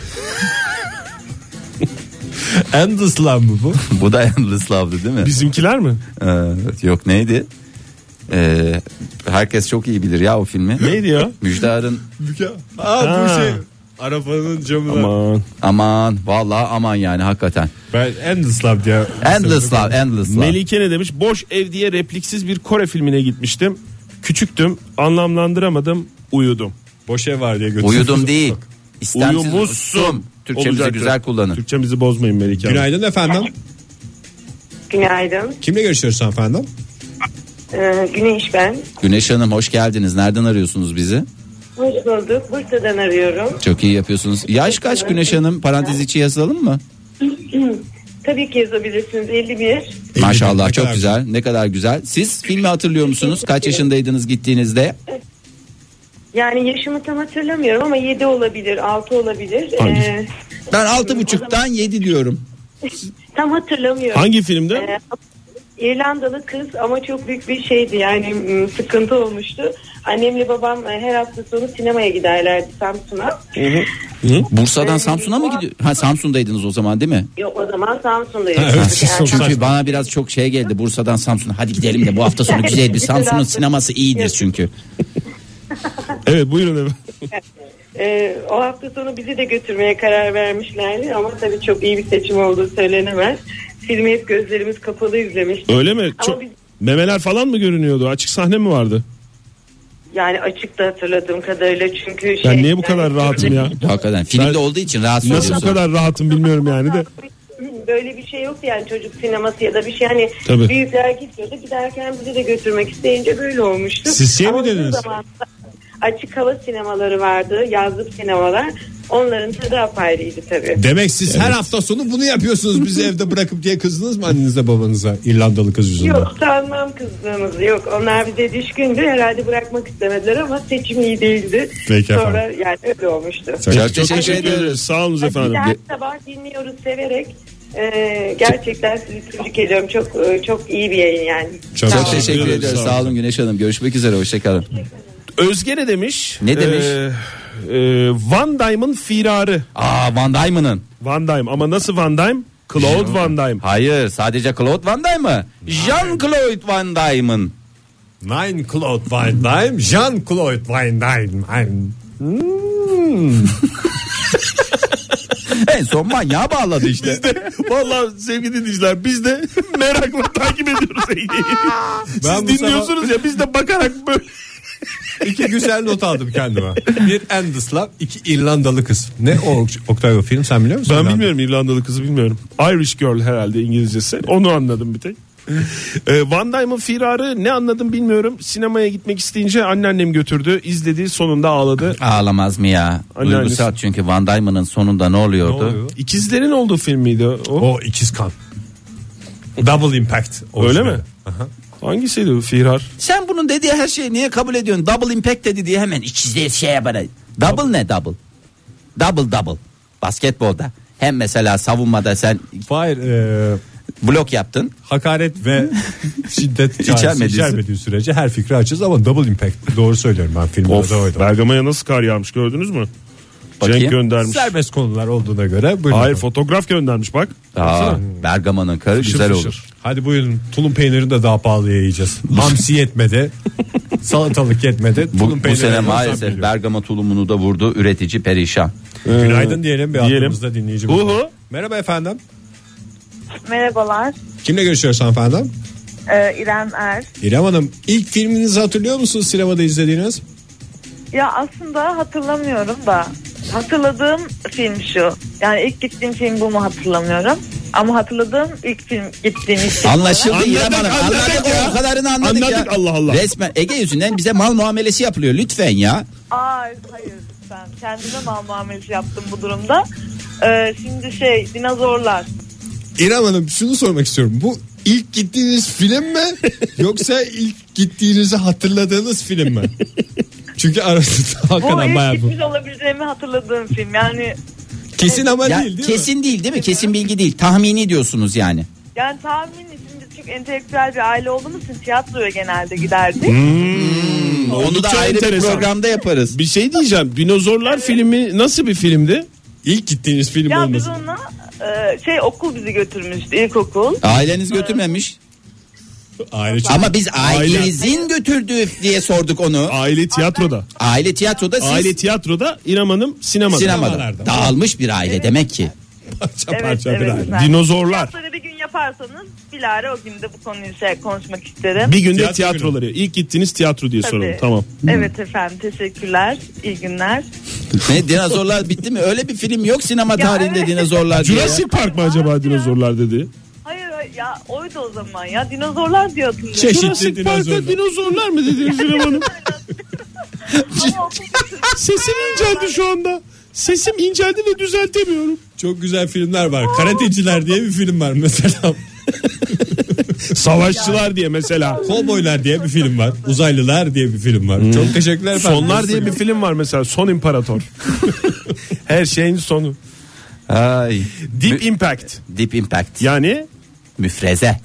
[SPEAKER 2] Endless Love mı bu?
[SPEAKER 4] bu da Endless Love'dı değil mi?
[SPEAKER 3] Bizimkiler mi?
[SPEAKER 4] Ee, yok neydi? Ee, herkes çok iyi bilir ya o filmi.
[SPEAKER 3] Neydi ya?
[SPEAKER 4] Müjdar'ın
[SPEAKER 2] Aa, bu
[SPEAKER 3] Ha.
[SPEAKER 2] şey. Arabanın camına.
[SPEAKER 3] Aman.
[SPEAKER 4] aman vallahi aman yani hakikaten.
[SPEAKER 2] Ben Endless Love diye.
[SPEAKER 4] Endless Love, Endless Love.
[SPEAKER 3] Melike ne demiş? Boş ev diye repliksiz bir Kore filmine gitmiştim. Küçüktüm, anlamlandıramadım, uyudum.
[SPEAKER 2] Boş ev var diye götürdüm.
[SPEAKER 4] Uyudum değil. İstemsiz
[SPEAKER 3] Uyumuşsun.
[SPEAKER 4] usum. Türkçemizi
[SPEAKER 3] Olacaktı.
[SPEAKER 4] güzel kullanın.
[SPEAKER 3] Türkçemizi bozmayın Melike Hanım.
[SPEAKER 2] Günaydın efendim.
[SPEAKER 10] Günaydın.
[SPEAKER 2] Kimle görüşüyoruz efendim?
[SPEAKER 10] Ee, Güneş ben.
[SPEAKER 4] Güneş Hanım hoş geldiniz. Nereden arıyorsunuz bizi?
[SPEAKER 10] Hoş bulduk. Bursa'dan arıyorum.
[SPEAKER 4] Çok iyi yapıyorsunuz. Yaş kaç Güneş Hanım? Parantez içi yazalım mı?
[SPEAKER 10] Tabii ki yazabilirsiniz. 51.
[SPEAKER 4] Maşallah
[SPEAKER 2] Ne
[SPEAKER 4] çok
[SPEAKER 2] kadar
[SPEAKER 4] güzel. Ne kadar güzel. Siz filmi hatırlıyor musunuz? Kaç yaşındaydınız gittiğinizde?
[SPEAKER 10] Yani yaşımı tam hatırlamıyorum ama 7 olabilir, 6 olabilir. Ee,
[SPEAKER 4] Ben altı buçuktan yedi diyorum.
[SPEAKER 10] tam hatırlamıyorum.
[SPEAKER 3] Hangi filmde?
[SPEAKER 10] Ee,
[SPEAKER 11] İrlandalı kız ama çok büyük bir şeydi yani
[SPEAKER 10] ıı,
[SPEAKER 11] m, sıkıntı olmuştu. Annemle babam e, her hafta sonu sinemaya giderlerdi Samsun'a.
[SPEAKER 4] Bursa'dan Samsun'a mı gidiyor? Ha Samsun'daydınız o zaman değil mi?
[SPEAKER 11] Yok o zaman Samsun'dayız.
[SPEAKER 2] Ha, evet,
[SPEAKER 11] Yani
[SPEAKER 2] Samsun.
[SPEAKER 4] Çünkü bana biraz çok şey geldi Bursa'dan Samsun'a. Hadi gidelim de bu hafta sonu güzel bir Samsun'un sineması iyidir çünkü.
[SPEAKER 3] Evet buyurun efendim.
[SPEAKER 11] e, o hafta sonu bizi de götürmeye karar vermişlerdi ama tabii çok iyi bir seçim olduğu söylenemez. Filmi hep gözlerimiz kapalı izlemiştik.
[SPEAKER 3] Öyle mi?
[SPEAKER 11] Ama
[SPEAKER 3] Çok
[SPEAKER 11] biz-
[SPEAKER 3] memeler falan mı görünüyordu? Açık sahne mi vardı?
[SPEAKER 11] Yani açıkta hatırladığım kadarıyla çünkü şey...
[SPEAKER 3] Ben niye bu kadar rahatım ya?
[SPEAKER 4] Hakikaten filmde olduğu için rahatsız
[SPEAKER 3] Nasıl bu
[SPEAKER 4] oluyorsun.
[SPEAKER 3] kadar rahatım bilmiyorum yani de.
[SPEAKER 11] Böyle bir şey yoktu yani çocuk sineması ya da bir şey hani
[SPEAKER 3] Tabii.
[SPEAKER 11] büyükler gidiyordu giderken bizi de götürmek isteyince böyle olmuştu.
[SPEAKER 2] Siz şey mi
[SPEAKER 11] Ama o
[SPEAKER 2] dediniz?
[SPEAKER 11] zaman da Açık hava sinemaları vardı yazlık sinemalar onların tadı apayrıydı tabii.
[SPEAKER 2] Demek siz her hafta sonu bunu yapıyorsunuz bizi evde bırakıp diye kızdınız mı annenize babanıza İrlandalı kız yüzünden?
[SPEAKER 11] Yok sanmam kızdığımızı yok. Onlar bize düşkündü herhalde bırakmak istemediler ama seçim iyi değildi.
[SPEAKER 2] Peki efendim.
[SPEAKER 11] Sonra yani öyle olmuştu.
[SPEAKER 4] Çok
[SPEAKER 3] Çok
[SPEAKER 4] teşekkür
[SPEAKER 3] teşekkür
[SPEAKER 4] ederim.
[SPEAKER 3] ederiz. Sağ olun efendim.
[SPEAKER 11] Her sabah dinliyoruz severek. Ee, gerçekten sizi tebrik ediyorum. Çok e, çok iyi bir yayın yani.
[SPEAKER 4] Çok teşekkür ediyoruz.
[SPEAKER 3] Sağ
[SPEAKER 4] Sağ olun Güneş Hanım. Görüşmek üzere. Hoşçakalın.
[SPEAKER 3] Özge ne demiş?
[SPEAKER 4] Ne demiş?
[SPEAKER 3] Ee, e, Van Dyme'ın firarı.
[SPEAKER 4] Aa Van Dyme'ın.
[SPEAKER 3] Van Dyme ama nasıl Van Dyme? Claude Van Dyme.
[SPEAKER 4] Hayır sadece Claude Van Damme mı? Jean-Claude Van Damme'ın.
[SPEAKER 2] Nine Claude Van Damme, Jean Claude Van Damme.
[SPEAKER 4] en son manyağa bağladı işte.
[SPEAKER 3] Vallahi sevgili dinleyiciler biz de merakla takip ediyoruz. Siz
[SPEAKER 2] Ben bu
[SPEAKER 3] dinliyorsunuz ya biz de bakarak böyle.
[SPEAKER 2] İki güzel not aldım kendime. Bir Endislav, iki İrlandalı kız. Ne o Oktay o film sen biliyor musun?
[SPEAKER 3] Ben
[SPEAKER 2] İrlanda-
[SPEAKER 3] bilmiyorum İrlandalı kızı bilmiyorum. Irish Girl herhalde İngilizcesi. Onu anladım bir tek. Ee, Van Dyme'ın firarı ne anladım bilmiyorum. Sinemaya gitmek isteyince anneannem götürdü. İzledi sonunda ağladı.
[SPEAKER 4] Ağlamaz mı ya?
[SPEAKER 3] Anneannesi.
[SPEAKER 4] Duygusal çünkü Van Damme'ın sonunda ne oluyordu?
[SPEAKER 2] oluyor?
[SPEAKER 3] İkizlerin olduğu film miydi o?
[SPEAKER 2] O ikiz kan. Double Impact.
[SPEAKER 3] Öyle mi?
[SPEAKER 2] orijinali.
[SPEAKER 3] Hangisiydi o firar?
[SPEAKER 4] Sen bunun dediği her şeyi niye kabul ediyorsun? Double impact dedi diye hemen ikizde şeye bana. Double ne double? Double double. Basketbolda. Hem mesela savunmada sen
[SPEAKER 2] Fahir e,
[SPEAKER 4] blok yaptın.
[SPEAKER 2] hakaret ve şiddet çağrısı
[SPEAKER 4] İçermediyse.
[SPEAKER 2] içermediği sürece her fikri açız ama Double Impact. Doğru söylüyorum ben filmde de oydu.
[SPEAKER 3] Bergama'ya nasıl kar yağmış gördünüz mü?
[SPEAKER 4] Bakayım.
[SPEAKER 3] Cenk göndermiş.
[SPEAKER 2] Serbest konular olduğuna göre buyurun.
[SPEAKER 3] Hayır fotoğraf göndermiş bak.
[SPEAKER 4] Aa, Bergama'nın karı güzel olur.
[SPEAKER 2] Hadi buyurun tulum peynirini de daha pahalıya yiyeceğiz. Hamsi yetmedi. salatalık yetmedi.
[SPEAKER 4] Bu,
[SPEAKER 2] tulum
[SPEAKER 4] bu
[SPEAKER 2] peyniri
[SPEAKER 4] sene
[SPEAKER 2] de
[SPEAKER 4] maalesef
[SPEAKER 2] zam geliyor.
[SPEAKER 4] Bergama tulumunu da vurdu üretici perişan.
[SPEAKER 2] Günaydın diyelim
[SPEAKER 4] Ee,
[SPEAKER 2] bir
[SPEAKER 3] Diyelim.
[SPEAKER 2] aklımızda dinleyici.
[SPEAKER 3] Uhu.
[SPEAKER 2] bulundu. Merhaba efendim.
[SPEAKER 12] Merhabalar.
[SPEAKER 2] Kimle görüşüyoruz hanımefendi?
[SPEAKER 12] Ee, İrem Er.
[SPEAKER 2] İrem Hanım ilk filminizi hatırlıyor musunuz sinemada izlediğiniz?
[SPEAKER 12] Ya aslında hatırlamıyorum da hatırladığım film şu. Yani ilk gittiğim film bu mu hatırlamıyorum. Ama hatırladığım ilk film gittiğim ilk film.
[SPEAKER 4] Anlaşıldı
[SPEAKER 3] Anladık,
[SPEAKER 4] İrem Hanım. Anladık,
[SPEAKER 3] anladık ya.
[SPEAKER 4] o kadarını anladık, ya.
[SPEAKER 3] Anladık, Allah Allah.
[SPEAKER 4] Resmen Ege yüzünden bize mal muamelesi yapılıyor lütfen ya.
[SPEAKER 12] Aa, hayır lütfen. Kendime mal muamelesi yaptım bu durumda. Ee, şimdi şey dinozorlar.
[SPEAKER 2] İrem Hanım şunu sormak istiyorum. Bu ilk gittiğiniz film mi yoksa ilk gittiğinizi hatırladığınız film mi? Çünkü arasında
[SPEAKER 12] Bu
[SPEAKER 2] hakikaten
[SPEAKER 12] ilk
[SPEAKER 2] bayağı bu.
[SPEAKER 12] gitmiş olabileceğimi hatırladığım film. Yani
[SPEAKER 2] Kesin ama
[SPEAKER 4] ya
[SPEAKER 2] değil değil mi?
[SPEAKER 4] kesin değil değil mi? Kesin bilgi değil. Tahmini diyorsunuz yani.
[SPEAKER 12] yani tahmin şimdi çok entelektüel bir aile olduğumuz için tiyatroya genelde giderdik.
[SPEAKER 4] Onu da
[SPEAKER 3] oldukça
[SPEAKER 4] ayrı bir
[SPEAKER 3] enteresan.
[SPEAKER 4] programda yaparız.
[SPEAKER 3] Bir şey diyeceğim. Dinozorlar filmi nasıl bir filmdi?
[SPEAKER 2] İlk gittiğiniz film
[SPEAKER 12] Ya biz
[SPEAKER 2] olmasın.
[SPEAKER 12] onunla e, şey okul bizi götürmüştü ilkokul.
[SPEAKER 4] Aileniz götürmemiş.
[SPEAKER 2] Aile çok-
[SPEAKER 4] Ama biz ailenizin götürdüğü diye sorduk onu.
[SPEAKER 3] Aile tiyatroda.
[SPEAKER 4] Aile tiyatroda siz
[SPEAKER 3] Aile tiyatroda İrem Hanım sinemada.
[SPEAKER 4] sinemada.
[SPEAKER 2] sinemalarda.
[SPEAKER 4] Dağılmış bir aile demek ki.
[SPEAKER 2] parça
[SPEAKER 12] Evet,
[SPEAKER 2] parça
[SPEAKER 12] evet,
[SPEAKER 2] bir aile.
[SPEAKER 12] güzel.
[SPEAKER 3] Dinozorlar.
[SPEAKER 12] Tiyatroda bir gün yaparsanız bilare o gün de bu konuyu şey konuşmak isterim.
[SPEAKER 3] Bir günde
[SPEAKER 2] Tiyatro
[SPEAKER 3] tiyatroları. İlk gittiğiniz tiyatro diye
[SPEAKER 12] Tabii.
[SPEAKER 3] soralım. Tamam.
[SPEAKER 12] Evet efendim teşekkürler. İyi günler.
[SPEAKER 4] ne dinozorlar bitti mi? Öyle bir film yok sinema tarihinde
[SPEAKER 12] evet.
[SPEAKER 4] dinozorlar diye.
[SPEAKER 3] Jurassic Park mı acaba dinozorlar dedi?
[SPEAKER 12] Hayır hayır, ya oydu o zaman ya dinozorlar diye hatırlıyorum.
[SPEAKER 2] Çeşitli
[SPEAKER 3] Jurassic Park'ta
[SPEAKER 2] dinozorlar.
[SPEAKER 3] dinozorlar mı dediniz İrem Hanım? Sesim inceldi şu anda. Sesim inceldi ve düzeltemiyorum.
[SPEAKER 2] Çok güzel filmler var. Karateciler diye bir film var mesela.
[SPEAKER 3] Savaşçılar diye mesela.
[SPEAKER 2] Kovboylar diye bir film var. Uzaylılar diye bir film var. Çok teşekkürler efendim.
[SPEAKER 3] Sonlar diye bir film var mesela. Son İmparator. Her şeyin sonu.
[SPEAKER 4] Ay.
[SPEAKER 3] Deep Impact.
[SPEAKER 4] Deep Impact.
[SPEAKER 3] Yani
[SPEAKER 4] Müfreze.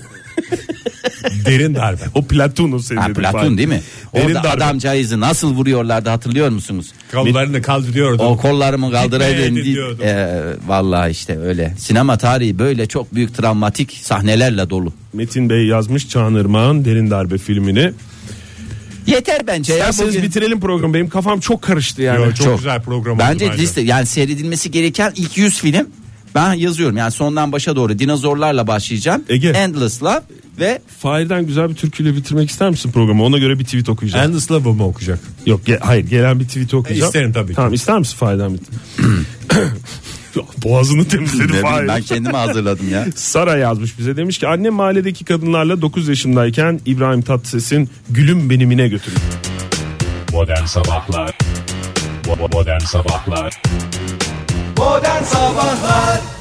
[SPEAKER 2] Derin darbe.
[SPEAKER 3] o Platon'u sen
[SPEAKER 4] Ha,
[SPEAKER 3] dedin.
[SPEAKER 4] Platon
[SPEAKER 3] Fahir.
[SPEAKER 4] değil mi?
[SPEAKER 3] Derin
[SPEAKER 4] Orada
[SPEAKER 3] darbe.
[SPEAKER 4] adamcağızı nasıl vuruyorlardı hatırlıyor musunuz?
[SPEAKER 2] Kollarını kaldırıyordu.
[SPEAKER 4] O kollarımı kaldıraydın.
[SPEAKER 2] Gitmeyeydin
[SPEAKER 4] di-
[SPEAKER 2] diyordum.
[SPEAKER 4] Ee, vallahi işte öyle. Sinema tarihi böyle çok büyük travmatik sahnelerle dolu.
[SPEAKER 3] Metin Bey yazmış Çağan Irmak'ın Derin Darbe filmini.
[SPEAKER 4] Yeter bence ya
[SPEAKER 3] İsterseniz
[SPEAKER 4] bugün.
[SPEAKER 3] bitirelim programı. Benim kafam çok karıştı yani.
[SPEAKER 2] Yo, çok,
[SPEAKER 4] çok.
[SPEAKER 2] güzel program oldu
[SPEAKER 4] Bence liste yani seyredilmesi gereken ilk 100 film ben yazıyorum. Yani sondan başa doğru dinozorlarla başlayacağım.
[SPEAKER 3] Ege.
[SPEAKER 4] Endless Love ve
[SPEAKER 3] Fahir'den güzel bir türküyle bitirmek ister misin programı? Ona göre bir tweet okuyacağım.
[SPEAKER 2] Endless Love'ı mı okuyacak?
[SPEAKER 3] Yok ge- hayır gelen bir tweet okuyacağım.
[SPEAKER 2] E, isterim tabii ki.
[SPEAKER 3] Tamam ister misin Fahir'den bir Boğazını
[SPEAKER 4] Ne
[SPEAKER 3] temizledi
[SPEAKER 4] bileyim,
[SPEAKER 3] Fahir.
[SPEAKER 4] ben kendimi hazırladım ya.
[SPEAKER 3] Sara yazmış bize demiş ki annem mahalledeki kadınlarla 9 yaşındayken İbrahim Tatlıses'in Gülüm Benimine götürdü.
[SPEAKER 13] Modern Sabahlar Bo- bo- Modern Sabahlar
[SPEAKER 1] Modern Sabahlar